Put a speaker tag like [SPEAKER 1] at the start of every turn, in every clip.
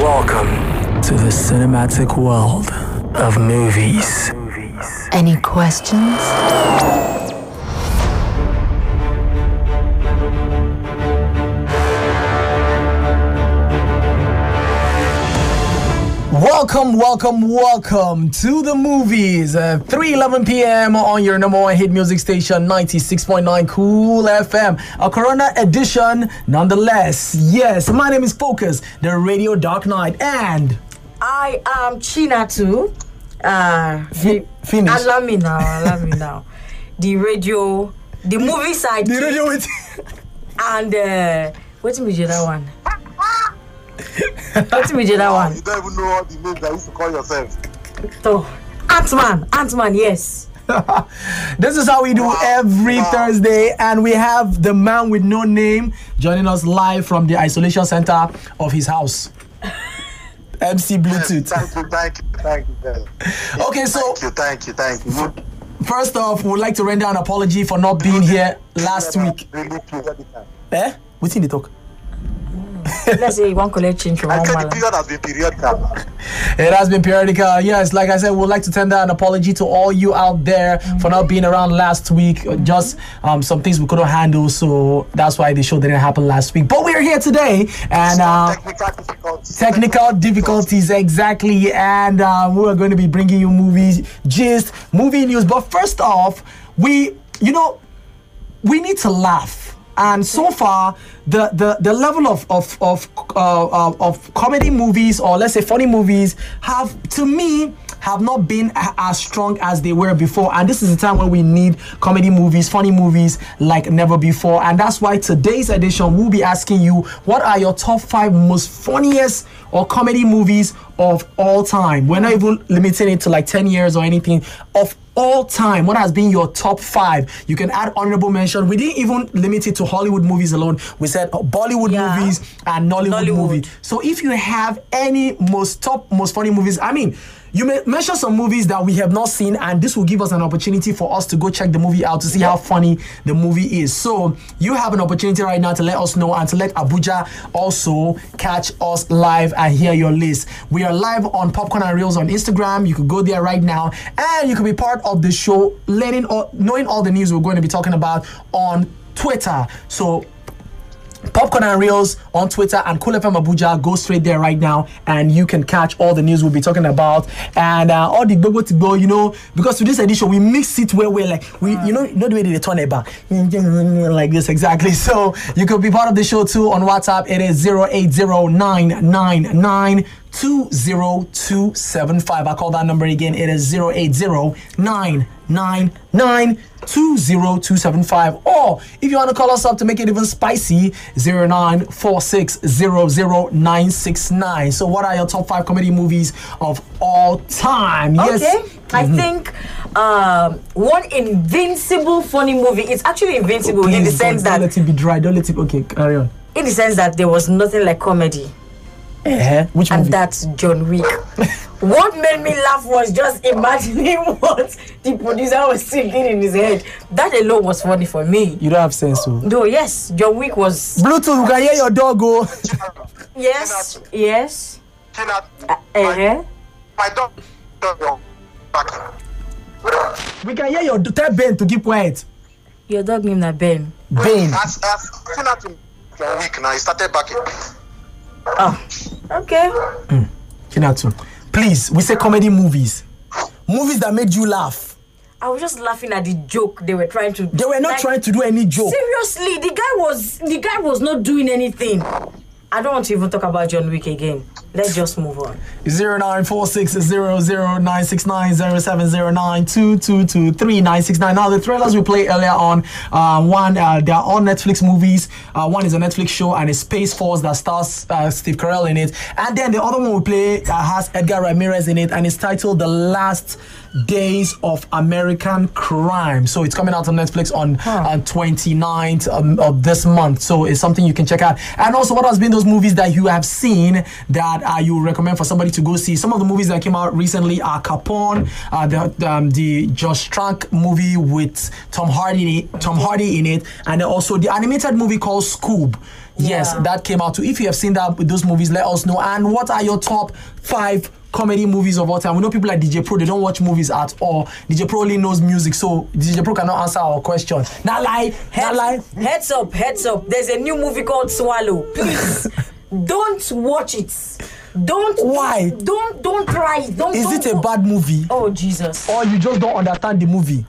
[SPEAKER 1] Welcome to the cinematic world of movies.
[SPEAKER 2] Any questions?
[SPEAKER 3] Welcome, welcome, welcome to the movies. Uh, 3:11 p.m. on your number one hit music station, 96.9 Cool FM. A Corona edition, nonetheless. Yes, my name is Focus, the Radio Dark Knight, and
[SPEAKER 4] I am China too. Uh,
[SPEAKER 3] Fi- finish.
[SPEAKER 4] Allow me now. Allow me now. The radio, the movie side,
[SPEAKER 3] the radio with
[SPEAKER 4] and uh, what is the other one? what is the other one?
[SPEAKER 5] You don't even know all the names that you used to call yourself.
[SPEAKER 4] So, Ant Man, Ant Man, yes.
[SPEAKER 3] This is how we do every Thursday, and we have the man with no name joining us live from the isolation center of his house. MC Bluetooth.
[SPEAKER 5] Thank you, thank you, thank you, thank you.
[SPEAKER 3] Okay, so
[SPEAKER 5] Thank you, thank you, thank you. You-
[SPEAKER 3] first off, we'd like to render an apology for not being here last week.
[SPEAKER 5] Really please, every time.
[SPEAKER 3] Eh? What's in the talk?
[SPEAKER 4] Let's say you want collect change for
[SPEAKER 5] I
[SPEAKER 4] one
[SPEAKER 5] said
[SPEAKER 4] man.
[SPEAKER 5] the period has been periodical.
[SPEAKER 3] It has been periodical. Yes, like I said, we'd like to tender an apology to all you out there for not being around last week. Just um, some things we couldn't handle, so that's why the show didn't happen last week. But we're here today, and uh,
[SPEAKER 5] Technical difficulties.
[SPEAKER 3] technical difficulties exactly and uh, we're going to be bringing you movies gist movie news but first off we you know we need to laugh and so far the the, the level of of of, uh, uh, of comedy movies or let's say funny movies have to me have not been a- as strong as they were before and this is the time when we need comedy movies funny movies like never before and that's why today's edition will be asking you what are your top five most funniest or comedy movies of all time we're not even limiting it to like 10 years or anything of all time, what has been your top five? You can add honorable mention. We didn't even limit it to Hollywood movies alone. We said uh, Bollywood
[SPEAKER 4] Yeah.
[SPEAKER 3] movies and Nollywood,
[SPEAKER 4] Nollywood.
[SPEAKER 3] movies. So if you have any most top, most funny movies, I mean, you may mention some movies that we have not seen, and this will give us an opportunity for us to go check the movie out to see how funny the movie is. So you have an opportunity right now to let us know and to let Abuja also catch us live and hear your list. We are live on Popcorn and Reels on Instagram. You could go there right now, and you could be part of the show, learning all, knowing all the news we're going to be talking about on Twitter. So Popcorn and Reels on Twitter and Cool FM Abuja. Go straight there right now, and you can catch all the news we'll be talking about and uh, all the gbogbo to go. You know, because to this edition we mix it where we're like we, you know, you know the way they turn it back like this exactly. So you could be part of the show too on WhatsApp. It is zero eight zero nine nine nine. 20275. I call that number again. It is 080-999-20275. Or if you want to call us up to make it even spicy, 0946000969. So what are your top five comedy movies of all time? Yes.
[SPEAKER 4] Okay. I think um, one invincible funny movie. It's actually invincible in the
[SPEAKER 3] Please,
[SPEAKER 4] sense
[SPEAKER 3] don't, don't
[SPEAKER 4] that
[SPEAKER 3] let it be dry. Don't let it okay, carry on.
[SPEAKER 4] in the sense that there was nothing like comedy.
[SPEAKER 3] Eh, Which
[SPEAKER 4] and
[SPEAKER 3] movie?
[SPEAKER 4] that's John Wick. what made me laugh was just imagining what the producer was thinking in his head. That alone was funny for me.
[SPEAKER 3] you don't have sense. So.
[SPEAKER 4] Though yes, John Wick was
[SPEAKER 3] Bluetooth, you can hear your dog oh. go.
[SPEAKER 4] yes, yes.
[SPEAKER 5] China,
[SPEAKER 4] Uh-huh.
[SPEAKER 5] my dog, dog, dog, back.
[SPEAKER 3] we can hear your do- tell Ben to keep quiet.
[SPEAKER 4] Your dog named na Ben.
[SPEAKER 3] Ben.
[SPEAKER 5] As, as soon as you're weak now, you started backing.
[SPEAKER 3] Ah.
[SPEAKER 4] Okay.
[SPEAKER 3] Kinatu, please, we say comedy movies. Movies that made you laugh.
[SPEAKER 4] I was just laughing at the joke they were trying to.
[SPEAKER 3] They were not trying to do any joke.
[SPEAKER 4] Seriously, the guy was the guy was not doing anything. I don't want to even talk about John Wick again. Let's just move on.
[SPEAKER 3] 09460096907092223969. Now, the thrillers we played earlier on, uh, one, uh, they are all Netflix movies. Uh, one is a Netflix show and it's Space Force that stars uh, Steve Carell in it. And then the other one we play uh, has Edgar Ramirez in it and it's titled The Last Days of American Crime. So it's coming out on Netflix on, on 29th um, of this month. So it's something you can check out. And also, what has been those movies that you have seen that uh, you recommend for somebody to go see? Some of the movies that came out recently are Capone, uh, the um, the Josh Trank movie with Tom Hardy Tom Hardy in it, and also the animated movie called Scoob. Yes,
[SPEAKER 4] Yeah.
[SPEAKER 3] that came out too. If you have seen that those movies, let us know. And what are your top five comedy movies of all time? We know people like DJ Pro, they don't watch movies at all. DJ Pro only knows music, so DJ Pro cannot answer our question. Not lie, not lie.
[SPEAKER 4] Heads up, heads up. There's a new movie called Swallow. Please don't watch it. Don't
[SPEAKER 3] Why?
[SPEAKER 4] Don't don't try it. Don't
[SPEAKER 3] Is
[SPEAKER 4] don't,
[SPEAKER 3] it a
[SPEAKER 4] don't-
[SPEAKER 3] bad movie?
[SPEAKER 4] Oh Jesus.
[SPEAKER 3] Or you just don't understand the movie?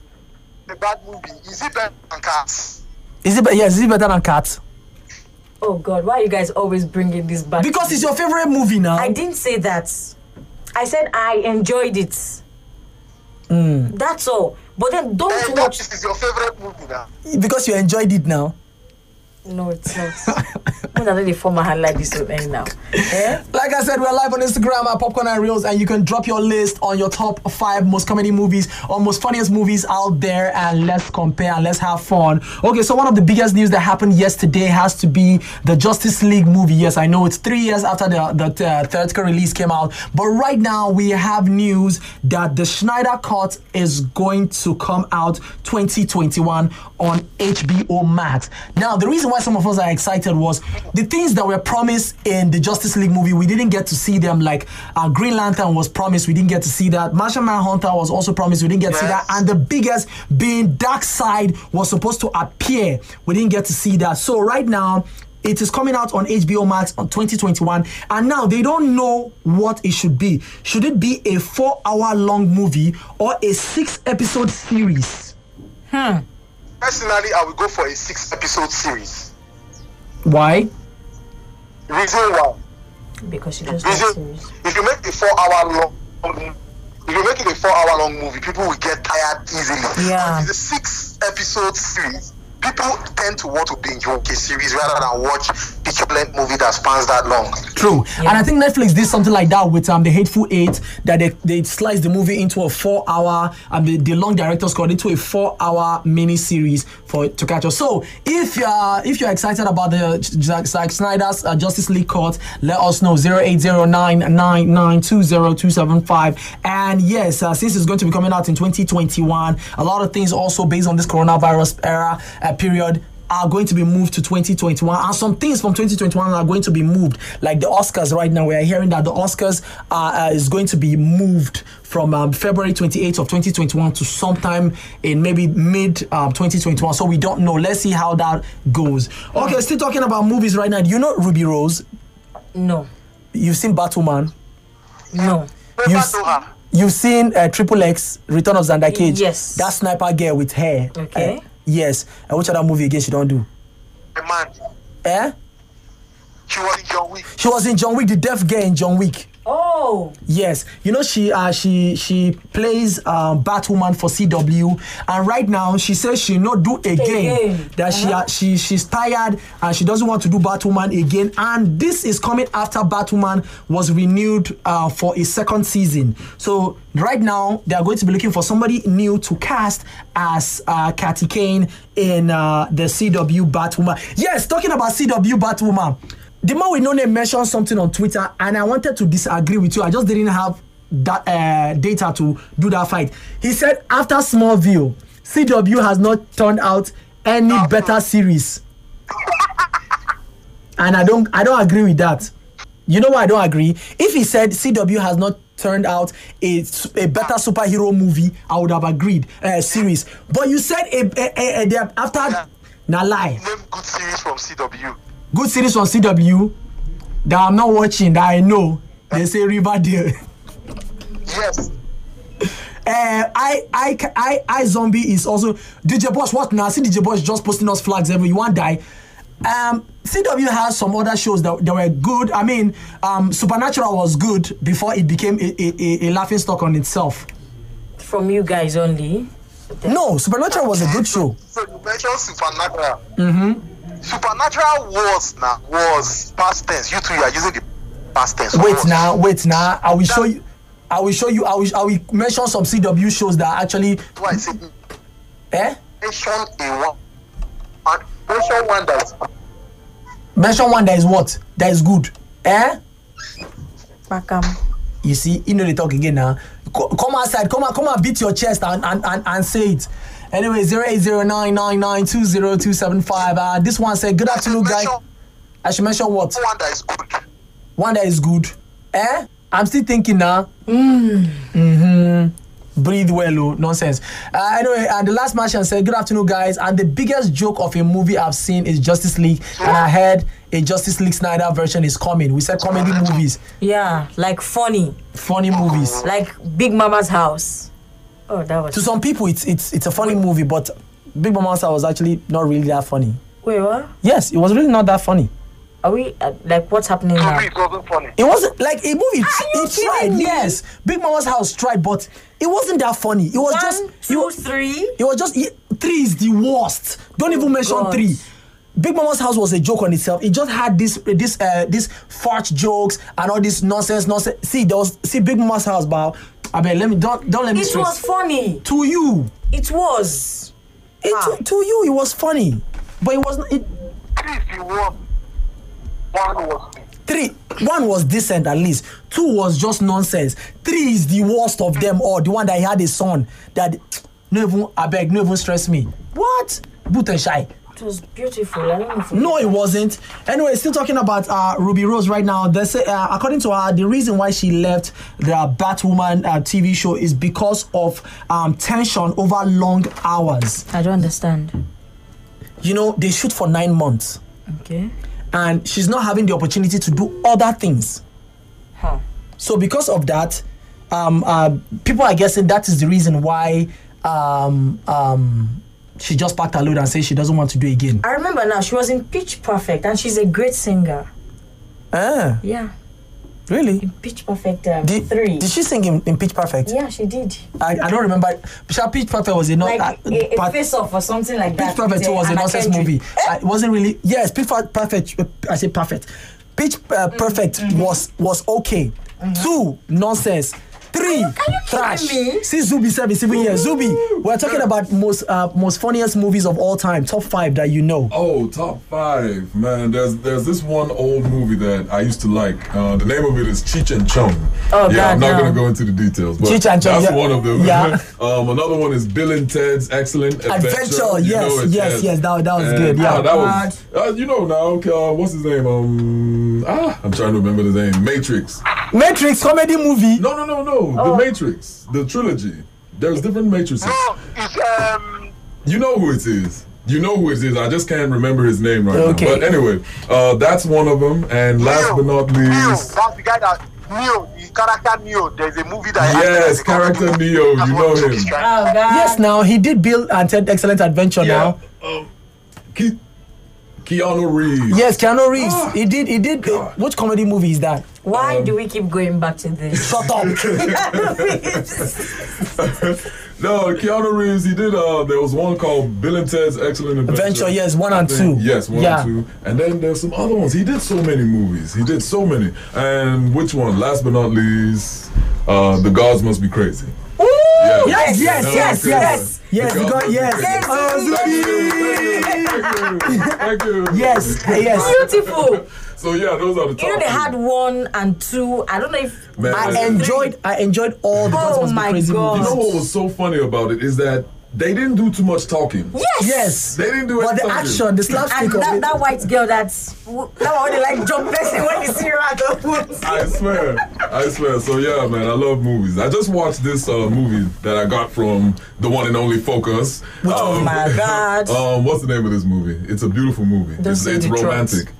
[SPEAKER 5] A bad movie. Is it better than cats?
[SPEAKER 3] Is it be- yes, is it better than Cats?
[SPEAKER 4] Oh God, why are you guys always bringing this back?
[SPEAKER 3] Because it's your favorite movie now.
[SPEAKER 4] I didn't say that. I said I enjoyed it.
[SPEAKER 3] Hmm.
[SPEAKER 4] That's all. But then don't
[SPEAKER 5] Hey, that
[SPEAKER 4] watch.
[SPEAKER 5] is your favorite movie now.
[SPEAKER 3] because you enjoyed it now.
[SPEAKER 4] No, it's not. When I know they form my hand like this with me now. Eh?
[SPEAKER 3] Like I said, we're live on Instagram at Popcorn and Reels, and you can drop your list on your top five most comedy movies or most funniest movies out there, and let's compare and let's have fun. Okay, so one of the biggest news that happened yesterday has to be the Justice League movie. Yes, I know it's three years after the, the uh, theatrical release came out, but right now we have news that the Schneider Cut is going to come out 2021 on HBO Max. Now, the reason why some of us are excited was the things that were promised in the Justice League movie, we didn't get to see them. Like uh, Green Lantern was promised, we didn't get to see that. Martian Manhunter was also promised, we didn't get to see that.
[SPEAKER 5] Yes.
[SPEAKER 3] And the biggest being Dark Side was supposed to appear, we didn't get to see that. So right now. It is coming out on HBO Max on 2021, and now they don't know what it should be. Should it be a four-hour-long movie or a six-episode series?
[SPEAKER 5] Personally, I will go for a six episode series.
[SPEAKER 3] Why?
[SPEAKER 5] Reason why.
[SPEAKER 4] Because you just
[SPEAKER 5] Reason,
[SPEAKER 4] not serious.
[SPEAKER 5] if you make a four hour long if you make it a four hour long movie, people will get tired easily.
[SPEAKER 4] Yeah.
[SPEAKER 5] But If it's a six episode series, people tend to want to binge watch a series rather than watch feature length movie that spans that long.
[SPEAKER 3] True. And I think Netflix did something like that with um, The Hateful Eight, that they, they sliced the movie into a four hour, and the, the long director's cut into a four hour mini series for to catch up. So if you're, if you're excited about the J- Zack, Zack Snyder's uh, Justice League cut, let us know 0809992025. And yes, uh, since it's going to be coming out in 2021, a lot of things also based on this coronavirus era uh, period are going to be moved to 2021 and some things from 2021 are going to be moved like the oscars right now we are hearing that the oscars are, uh, is going to be moved from um, february 28th of 2021 to sometime in maybe mid um, 2021 so we don't know let's see how that goes okay still talking about movies right now you know ruby rose
[SPEAKER 4] No,
[SPEAKER 3] you've seen batwoman
[SPEAKER 4] no.
[SPEAKER 5] Remember
[SPEAKER 3] s-
[SPEAKER 5] Noah?
[SPEAKER 3] You've seen uh, Triple X, Return of Xander Cage.
[SPEAKER 4] Yes.
[SPEAKER 3] That sniper girl with hair.
[SPEAKER 4] Okay.
[SPEAKER 3] Eh, yes. And which other movie again she don't do?
[SPEAKER 5] A man.
[SPEAKER 3] Eh?
[SPEAKER 5] She was in John Wick.
[SPEAKER 3] She was in John Wick, the deaf girl in John Wick.
[SPEAKER 4] Oh,
[SPEAKER 3] Yes, you know she uh, she she plays um, Batwoman for CW, and right now she says she not do again,
[SPEAKER 4] Again.
[SPEAKER 3] that she uh, she she's tired and she doesn't want to do Batwoman again. And this is coming after Batwoman was renewed uh, for a second season. So right now they are going to be looking for somebody new to cast as uh, Kathy Kane in uh, the CW Batwoman. Yes, talking about CW Batwoman. The man with no name mentioned something on Twitter, and I wanted to disagree with you. I just didn't have that uh, data to do that fight. He said after Smallville, CW has not turned out any better series, and I don't I don't agree with that. You know why I don't agree? If he said CW has not turned out a, s- a better superhero movie, I would have agreed. Uh, series, but you said a, a, a, a, they have- after. Na lie
[SPEAKER 5] Name good series from CW.
[SPEAKER 3] good series on CW that I'm not watching that I know. They say Riverdale.
[SPEAKER 5] Yes.
[SPEAKER 3] Uh, I, I, ca- I, I Zombie is also DJ Boss. What now? I see DJ Boss just posting us flags every. You want die? Um, CW has some other shows that, that were good. I mean, um, Supernatural was good before it became a, a, a, a laughing stock on itself.
[SPEAKER 4] from you guys only.
[SPEAKER 3] No, Supernatural was a good show.
[SPEAKER 5] So you mentioned Supernatural. Mm-hmm. Supernatural was now was past tense. You two you are using the past tense.
[SPEAKER 3] Wait
[SPEAKER 5] Was.
[SPEAKER 3] now, wait now. I will show you. I will show you. I will. I will mention some CW shows that actually.
[SPEAKER 5] That's why I said
[SPEAKER 3] Eh?
[SPEAKER 5] mention a one. and Mention one that
[SPEAKER 3] Mention one that is what that is good. Eh?
[SPEAKER 4] Makam.
[SPEAKER 3] you see you know they talk again now Co- come outside come and come and beat your chest and and and, and say it anyway 08099920275 uh this one said good afternoon guys
[SPEAKER 5] mention
[SPEAKER 3] I should mention what?
[SPEAKER 5] one that is good.
[SPEAKER 3] One that is good. Eh? I'm still thinking now. Mm. hmm Breathe well, oh, nonsense. Uh, anyway, and the last match and said, Good afternoon, guys. And the biggest joke of a movie I've seen is Justice League. And I heard a Justice League Snyder version is coming. We said comedy movies,
[SPEAKER 4] Yeah, like funny,
[SPEAKER 3] funny movies.
[SPEAKER 4] like Big Mama's house. Oh, that was.
[SPEAKER 3] To some people, it's it's it's a funny movie, but Big Mama House was actually not really that funny.
[SPEAKER 4] Wait, what?
[SPEAKER 3] Yes, it was really not that funny.
[SPEAKER 4] Are we uh, like what's happening
[SPEAKER 5] To
[SPEAKER 4] now?
[SPEAKER 5] me, it wasn't funny.
[SPEAKER 3] It wasn't like a movie.
[SPEAKER 4] you
[SPEAKER 3] It tried,
[SPEAKER 4] kidding me?
[SPEAKER 3] yes. Big Mama's House tried, but it wasn't that funny. It was
[SPEAKER 4] One,
[SPEAKER 3] just
[SPEAKER 4] two,
[SPEAKER 3] you.
[SPEAKER 4] three.
[SPEAKER 3] It was just it- three is the worst. Don't even mention
[SPEAKER 4] God.
[SPEAKER 3] three. Big Mama's house was a joke on itself. It just had this this uh, this fart jokes and all this nonsense nonsense. See, there was see Big Mama's house, but I mean, let me don't don't let me
[SPEAKER 4] It
[SPEAKER 3] stress.
[SPEAKER 4] was funny.
[SPEAKER 3] to you.
[SPEAKER 4] It was.
[SPEAKER 3] It,
[SPEAKER 4] Ah.
[SPEAKER 3] to, to you, it was funny, but it was not. It,
[SPEAKER 5] Please, you won. One was
[SPEAKER 3] three one was decent at least two was just nonsense three is the worst of them all the one that he had a son that no even abeg no even stress me what boot and shy
[SPEAKER 4] It was beautiful. I don't know. If
[SPEAKER 3] no it wasn't anyway still talking about uh, ruby rose right now they say uh, according to her the reason why she left the batwoman uh, tv show is because of um, tension over long hours
[SPEAKER 4] I don't understand.
[SPEAKER 3] you know they shoot for nine months
[SPEAKER 4] Okay.
[SPEAKER 3] and she's not having the opportunity to do other things
[SPEAKER 4] Huh.
[SPEAKER 3] So because of that, um, uh, people are guessing that is the reason why um, um, she just packed her load and said she doesn't want to do it again.
[SPEAKER 4] I remember now. She was in Pitch Perfect, and she's a great singer.
[SPEAKER 3] Ah,
[SPEAKER 4] Yeah.
[SPEAKER 3] really?
[SPEAKER 4] Pitch Perfect um,
[SPEAKER 3] Did,
[SPEAKER 4] three.
[SPEAKER 3] did she sing in, in Pitch Perfect?
[SPEAKER 4] yeah, she did.
[SPEAKER 3] I, I don't remember. Sha- Pitch Perfect was a not.
[SPEAKER 4] Like
[SPEAKER 3] uh,
[SPEAKER 4] a, a
[SPEAKER 3] part-
[SPEAKER 4] face off or something like that.
[SPEAKER 3] Pitch Perfect
[SPEAKER 4] with,
[SPEAKER 3] too
[SPEAKER 4] uh,
[SPEAKER 3] was a
[SPEAKER 4] Anna
[SPEAKER 3] nonsense
[SPEAKER 4] Kendrick.
[SPEAKER 3] movie. Uh, it wasn't really. Yes, Pitch Per- Perfect. uh, I say perfect. Pitch
[SPEAKER 4] Mm-hmm,
[SPEAKER 3] uh, Perfect was was okay. Two nonsense. Three trash.
[SPEAKER 4] me?
[SPEAKER 3] See Zubi seven seven years. Zubi, we're talking about most uh, most funniest movies of all time. Top five that you know.
[SPEAKER 6] Oh, top five, man. There's there's this one old movie that I used to like. Uh, the name of it is Cheech and Chong.
[SPEAKER 4] Oh,
[SPEAKER 6] yeah,
[SPEAKER 4] God,
[SPEAKER 6] I'm not
[SPEAKER 4] no.
[SPEAKER 6] gonna go into the details, but
[SPEAKER 3] Cheech and Chong,
[SPEAKER 6] that's
[SPEAKER 3] yeah.
[SPEAKER 6] one of them.
[SPEAKER 3] Yeah.
[SPEAKER 6] um, another one is Bill and Ted's Excellent Adventure.
[SPEAKER 3] Adventure,
[SPEAKER 6] You
[SPEAKER 3] yes,
[SPEAKER 6] know it,
[SPEAKER 3] yes, yes, that- that was
[SPEAKER 6] And,
[SPEAKER 3] good, yeah.
[SPEAKER 6] ah, that was. Uh, you know now, uh, what's his name? Um, ah, I'm trying to remember the name. Matrix.
[SPEAKER 3] Matrix comedy movie.
[SPEAKER 6] No, no, no, no.
[SPEAKER 3] Oh.
[SPEAKER 6] The Matrix, the trilogy. There's different matrices.
[SPEAKER 5] No, it's um.
[SPEAKER 6] You know who it is. You know who it is. I just can't remember his name right
[SPEAKER 3] Okay.
[SPEAKER 6] now. But anyway, uh, that's one of them. And last
[SPEAKER 5] Neo.
[SPEAKER 6] but not
[SPEAKER 5] Neo,
[SPEAKER 6] least,
[SPEAKER 5] that's the guy that Neo, the character Neo. There's a movie that.
[SPEAKER 6] Yes, character Neo, you know him.
[SPEAKER 4] Oh God.
[SPEAKER 3] Yes, now he did Bill and Ted Excellent Adventure.
[SPEAKER 6] yeah,
[SPEAKER 3] Now,
[SPEAKER 6] um, Ke- Keanu Reeves.
[SPEAKER 3] yes, Keanu Reeves.
[SPEAKER 4] Oh.
[SPEAKER 6] Ah,
[SPEAKER 3] he did. He did. uh,
[SPEAKER 6] God.
[SPEAKER 3] which comedy movie is that?
[SPEAKER 4] Why do we keep going back to this?
[SPEAKER 3] Shut up.
[SPEAKER 6] No, Keanu Reeves. He did. Uh, there was one called Bill and Ted's Excellent Adventure.
[SPEAKER 3] Adventure, yes, one and
[SPEAKER 6] I think-
[SPEAKER 3] two.
[SPEAKER 6] Yes, one
[SPEAKER 3] Yeah.
[SPEAKER 6] and two. And then there's some other ones. He did so many movies. He did so many. And which one? Last but not least, uh, The Gods Must Be Crazy. Yeah.
[SPEAKER 3] Yes, yes,
[SPEAKER 6] No,
[SPEAKER 3] yes,
[SPEAKER 6] okay.
[SPEAKER 3] yes. Yes,
[SPEAKER 6] The
[SPEAKER 3] you got-
[SPEAKER 6] Gods Must Be
[SPEAKER 3] yes. Oh,
[SPEAKER 6] Crazy. Thank you, thank you, thank you, thank you.
[SPEAKER 3] Yes, yes.
[SPEAKER 4] Beautiful.
[SPEAKER 6] So yeah, those are the top.
[SPEAKER 4] You know they
[SPEAKER 6] three.
[SPEAKER 4] had one and two. I don't know if
[SPEAKER 6] Man,
[SPEAKER 3] I
[SPEAKER 6] Three.
[SPEAKER 3] enjoyed. I enjoyed all the
[SPEAKER 4] Oh
[SPEAKER 3] Cosmos Be
[SPEAKER 4] my
[SPEAKER 3] Crazy
[SPEAKER 4] God.
[SPEAKER 6] You know
[SPEAKER 3] movies.
[SPEAKER 6] what was so funny about it is that they didn't do too much talking.
[SPEAKER 4] yes,
[SPEAKER 3] Yes.
[SPEAKER 6] They didn't do
[SPEAKER 3] But the
[SPEAKER 6] anything.
[SPEAKER 3] action, the slapstick
[SPEAKER 4] And
[SPEAKER 3] of
[SPEAKER 4] that,
[SPEAKER 3] it.
[SPEAKER 4] that white girl that's that one they like jump person when you see her at the woods.
[SPEAKER 6] I swear, I swear. So yeah, man, I love movies. I just watched this uh, movie that I got from the one and only Focus.
[SPEAKER 4] Oh my God.
[SPEAKER 6] Um, what's the name of this movie? It's a beautiful movie. it's
[SPEAKER 4] say
[SPEAKER 6] it's
[SPEAKER 4] Detroit.
[SPEAKER 6] romantic.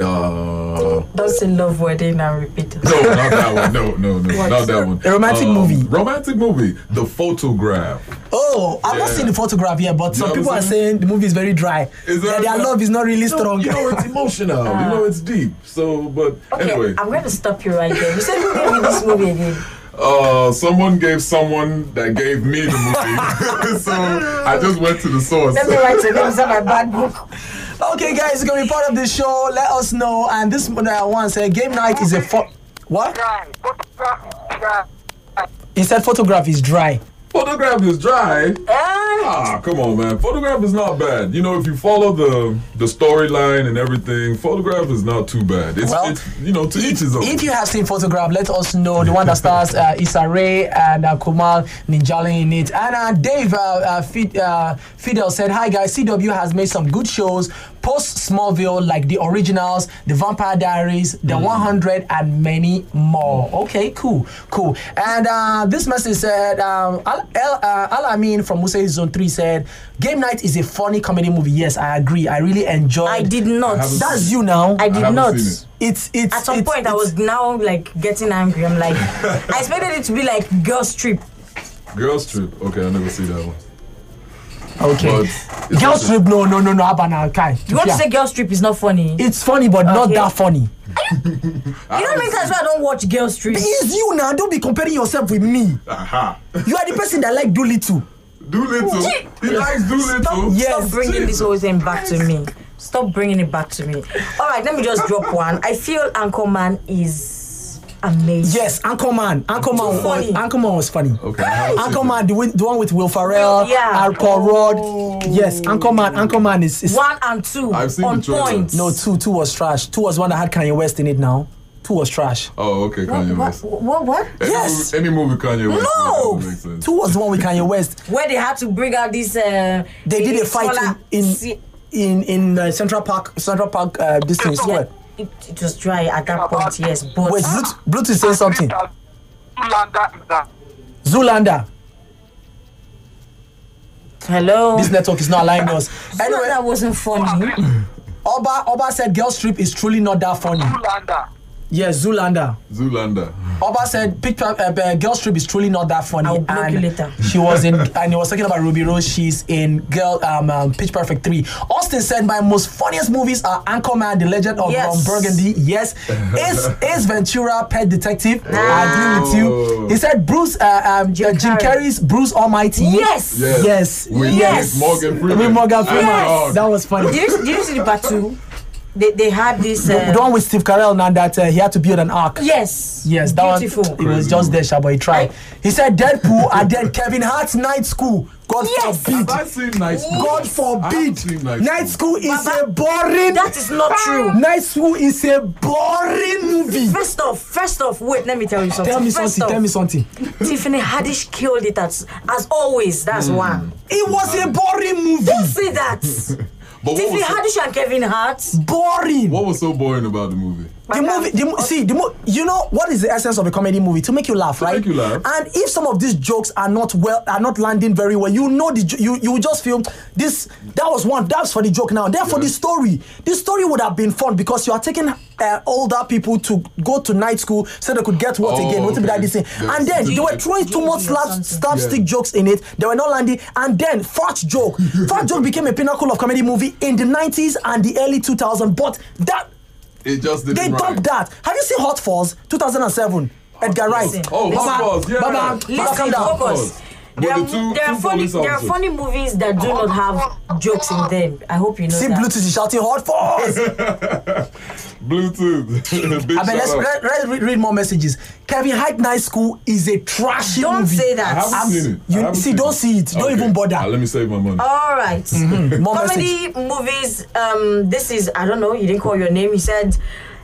[SPEAKER 6] Uh,
[SPEAKER 4] Don't say love wedding and repeat it.
[SPEAKER 6] no, not that one. No, no, no, not that one. Um,
[SPEAKER 3] A romantic movie.
[SPEAKER 6] Romantic movie. The Photograph.
[SPEAKER 3] Oh, I've not
[SPEAKER 6] Yeah.
[SPEAKER 3] seen the photograph yet, but some
[SPEAKER 6] haven't
[SPEAKER 3] people are
[SPEAKER 6] seen it?
[SPEAKER 3] saying the movie is very dry.
[SPEAKER 6] Is there
[SPEAKER 3] that their
[SPEAKER 6] a-
[SPEAKER 3] love is not really
[SPEAKER 6] No,
[SPEAKER 3] strong.
[SPEAKER 6] You know, it's emotional.
[SPEAKER 3] Ah.
[SPEAKER 6] you know, it's deep. So, but
[SPEAKER 4] Okay,
[SPEAKER 6] anyway.
[SPEAKER 4] I'm gonna stop you right there. You said you gave me this movie again.
[SPEAKER 6] Uh, someone gave someone that gave me the movie, so I just went to the source.
[SPEAKER 4] Let me write your name inside my bad book.
[SPEAKER 3] okay, guys, you can be part of the show. Let us know. And this one that I want to say, game night is a fo- what? He said photograph is dry.
[SPEAKER 6] Photograph is dry.
[SPEAKER 4] Ah,
[SPEAKER 6] Ah, come on, man. Photograph is not bad. You know, if you follow the the storyline and everything, photograph is not too bad. It's,
[SPEAKER 3] Well,
[SPEAKER 6] it's you know to each his own.
[SPEAKER 3] If you have seen photograph, let us know. The one that stars uh, Issa Rae and uh, Kumal Ninjali in it. And uh, Dave uh, uh, Fid- uh, Fidel said, "Hi guys, CW has made some good shows, post Smallville, like the originals, the Vampire Diaries, the 100, and many more. Okay, cool, cool. And uh, this message said, um, Al, El, uh, Al Amin from Musei Zone 3 said, Game Night is a funny comedy movie. Yes, I agree. I really enjoyed
[SPEAKER 4] I did not.
[SPEAKER 6] haven't-
[SPEAKER 4] That's-
[SPEAKER 3] That's you now.
[SPEAKER 4] I did
[SPEAKER 6] haven't
[SPEAKER 4] not.
[SPEAKER 6] seen it.
[SPEAKER 3] it's, it's,
[SPEAKER 4] At some
[SPEAKER 3] it's-
[SPEAKER 4] point, I
[SPEAKER 3] it's-
[SPEAKER 4] was now like getting angry. I'm like, I expected it to be like girls trip.
[SPEAKER 6] Girls Trip. Okay, I never see that one.
[SPEAKER 3] Okay.
[SPEAKER 6] But it's
[SPEAKER 3] Girl
[SPEAKER 6] also-
[SPEAKER 3] strip, no, no, no, no, Abana, Kai.
[SPEAKER 4] You want to say girls trip is not funny?
[SPEAKER 3] It's funny, but not
[SPEAKER 4] Okay.
[SPEAKER 3] that funny.
[SPEAKER 6] I
[SPEAKER 4] you know,
[SPEAKER 6] haven't
[SPEAKER 4] make
[SPEAKER 6] seen-
[SPEAKER 4] as well. I don't watch girls trip.
[SPEAKER 3] It's you now. Don't be comparing yourself with me.
[SPEAKER 6] Aha.
[SPEAKER 3] You are the person that like Doolittle.
[SPEAKER 6] Doolittle. He likes Doolittle.
[SPEAKER 4] Stop, stop
[SPEAKER 3] Yes.
[SPEAKER 4] bringing this whole thing back to me. Stop bringing it back to me. All right, let me just drop one. I feel Uncle Man is amazing.
[SPEAKER 3] Yes, Anchorman. Anchorman was,
[SPEAKER 4] Funny.
[SPEAKER 3] Anchorman was funny.
[SPEAKER 6] Okay, I haven't seen
[SPEAKER 3] Anchorman,
[SPEAKER 6] it.
[SPEAKER 3] the, one- the one with Will Ferrell,
[SPEAKER 4] Yeah. Oh.
[SPEAKER 3] Alcohol Rod. Yes, Anchorman. Anchorman is, is
[SPEAKER 4] One and 2
[SPEAKER 6] I've seen
[SPEAKER 4] on
[SPEAKER 6] the trailer.
[SPEAKER 4] point.
[SPEAKER 3] no two. Two was trash. Two was one that had Kanye West in it. Now two was trash.
[SPEAKER 6] Oh, okay, Kanye
[SPEAKER 4] What,
[SPEAKER 6] West.
[SPEAKER 4] what, what, what?
[SPEAKER 6] Any
[SPEAKER 3] Yes.
[SPEAKER 6] movie- Any movie Kanye West.
[SPEAKER 4] No.
[SPEAKER 6] Makes sense.
[SPEAKER 3] Two was the one with Kanye West.
[SPEAKER 4] Where they had to bring out this. Uh,
[SPEAKER 3] They did a
[SPEAKER 4] this
[SPEAKER 3] fight
[SPEAKER 4] smaller-
[SPEAKER 3] in in
[SPEAKER 4] see-
[SPEAKER 3] in, in uh, Central Park. Central Park. Uh, this thing
[SPEAKER 4] yeah,
[SPEAKER 3] square.
[SPEAKER 4] it, it was dry at that point, yes. But Ah,
[SPEAKER 3] Wait, Bluetooth, Bluetooth saying something.
[SPEAKER 5] Zoolander is that.
[SPEAKER 3] Zoolander.
[SPEAKER 4] hello.
[SPEAKER 3] This network is not allowing us.
[SPEAKER 4] anyway,
[SPEAKER 3] Anyway,
[SPEAKER 4] that wasn't funny.
[SPEAKER 3] Oba Oba said girl strip is truly not that funny.
[SPEAKER 5] Zoolander.
[SPEAKER 3] Yes, Zoolander.
[SPEAKER 6] Zoolander.
[SPEAKER 3] Oba said picture uh, uh, girl strip is truly not that funny.
[SPEAKER 4] I'll block
[SPEAKER 3] and
[SPEAKER 4] you later.
[SPEAKER 3] She was in and he was talking about Ruby Rose. She's in girl um, um Pitch Perfect 3. Austin said my most funniest movies are Anchorman, The Legend of
[SPEAKER 4] Yes.
[SPEAKER 3] Ron Burgundy. Yes. Ace, Ace Ventura, Pet Detective. I agree with you. He said Bruce uh, um, Jim, Jim
[SPEAKER 4] Carrey.
[SPEAKER 3] Carrey's Bruce Almighty.
[SPEAKER 4] Yes.
[SPEAKER 6] Yes.
[SPEAKER 3] Yes.
[SPEAKER 6] With
[SPEAKER 4] Yes.
[SPEAKER 6] Morgan Freeman. Oh
[SPEAKER 3] With Morgan Freeman.
[SPEAKER 6] And Dog.
[SPEAKER 3] That was funny.
[SPEAKER 4] Did you, did you see the part two? They, they had this. Uh,
[SPEAKER 3] The one with Steve Carell now that uh, he had to build an ark.
[SPEAKER 4] Yes.
[SPEAKER 3] Yes, that
[SPEAKER 4] Beautiful.
[SPEAKER 3] one. It was just there, Shabo. He tried. He said Deadpool and then Kevin Hart's Night School. God
[SPEAKER 4] Yes.
[SPEAKER 3] forbid.
[SPEAKER 6] Have I seen Night School?
[SPEAKER 3] God
[SPEAKER 6] I haven't
[SPEAKER 3] forbid.
[SPEAKER 6] seen
[SPEAKER 3] Night,
[SPEAKER 6] Night
[SPEAKER 3] School is
[SPEAKER 4] Baba,
[SPEAKER 3] a boring.
[SPEAKER 4] That is not true.
[SPEAKER 3] Night School is a boring movie.
[SPEAKER 4] First off, first off, wait, let me tell you something.
[SPEAKER 3] Tell me
[SPEAKER 4] first
[SPEAKER 3] something.
[SPEAKER 4] off,
[SPEAKER 3] Tell me something.
[SPEAKER 4] Tiffany Haddish killed it as, as always. That's
[SPEAKER 6] Mm.
[SPEAKER 4] one.
[SPEAKER 3] It was a boring movie.
[SPEAKER 4] Don't say that.
[SPEAKER 6] But what
[SPEAKER 4] Tiffany
[SPEAKER 6] was, so,
[SPEAKER 4] Haddish and Kevin Hart.
[SPEAKER 3] Boring.
[SPEAKER 6] what was so boring about the movie?
[SPEAKER 3] The movie, the,
[SPEAKER 6] oh.
[SPEAKER 3] mo- see, the mo- you know what is the essence of a comedy movie to make you laugh, right?
[SPEAKER 6] make you laugh.
[SPEAKER 3] And if some of these jokes are not well, are not landing very well, you know the jo- you you will just feel this. That was one. That's for the joke now. Therefore, the story, the story would have been fun because you are taking uh, older people to go to night school so they could get what
[SPEAKER 6] Oh,
[SPEAKER 3] again, what be that
[SPEAKER 6] okay.
[SPEAKER 3] this thing,
[SPEAKER 6] There
[SPEAKER 3] and
[SPEAKER 6] was
[SPEAKER 3] then
[SPEAKER 6] something
[SPEAKER 3] they were
[SPEAKER 6] like-
[SPEAKER 3] throwing too much slap, slapstick jokes in it. They were not landing, and then fat joke, fat joke became a pinnacle of comedy movie in the 90s and the early 2000s. But that
[SPEAKER 6] It just didn't
[SPEAKER 3] they
[SPEAKER 6] rhyme.
[SPEAKER 3] dubbed that. Have you seen Hot Falls 2007? Edgar Wright.
[SPEAKER 4] Listen.
[SPEAKER 6] Oh,
[SPEAKER 4] Listen.
[SPEAKER 6] Hot Fuzz, yeah.
[SPEAKER 3] Baba, Baba, calm
[SPEAKER 4] Listen,
[SPEAKER 3] down.
[SPEAKER 4] focus.
[SPEAKER 6] With
[SPEAKER 4] There are,
[SPEAKER 6] the two-
[SPEAKER 4] there, are
[SPEAKER 6] two
[SPEAKER 4] funny,
[SPEAKER 6] police
[SPEAKER 4] there are
[SPEAKER 6] officers.
[SPEAKER 4] funny movies that do not have jokes in them. I hope you know
[SPEAKER 3] See,
[SPEAKER 4] that.
[SPEAKER 3] Bluetooth is shouting Hot Falls. I
[SPEAKER 6] Bluetooth. Big
[SPEAKER 3] mean,
[SPEAKER 6] shout
[SPEAKER 3] let's,
[SPEAKER 6] out.
[SPEAKER 3] let, let's read, read more messages. Kevin Hart Night School is a trashy
[SPEAKER 4] Don't
[SPEAKER 3] movie.
[SPEAKER 4] say that.
[SPEAKER 6] I haven't
[SPEAKER 3] I'm-
[SPEAKER 6] seen it. I
[SPEAKER 3] you-
[SPEAKER 6] haven't
[SPEAKER 3] see,
[SPEAKER 6] seen
[SPEAKER 3] don't see it. Don't even bother.
[SPEAKER 6] Ah, let me save my money.
[SPEAKER 4] All right.
[SPEAKER 6] Mm-hmm.
[SPEAKER 3] More
[SPEAKER 4] Comedy movies. Um, this is I don't know. You didn't call your name. He said,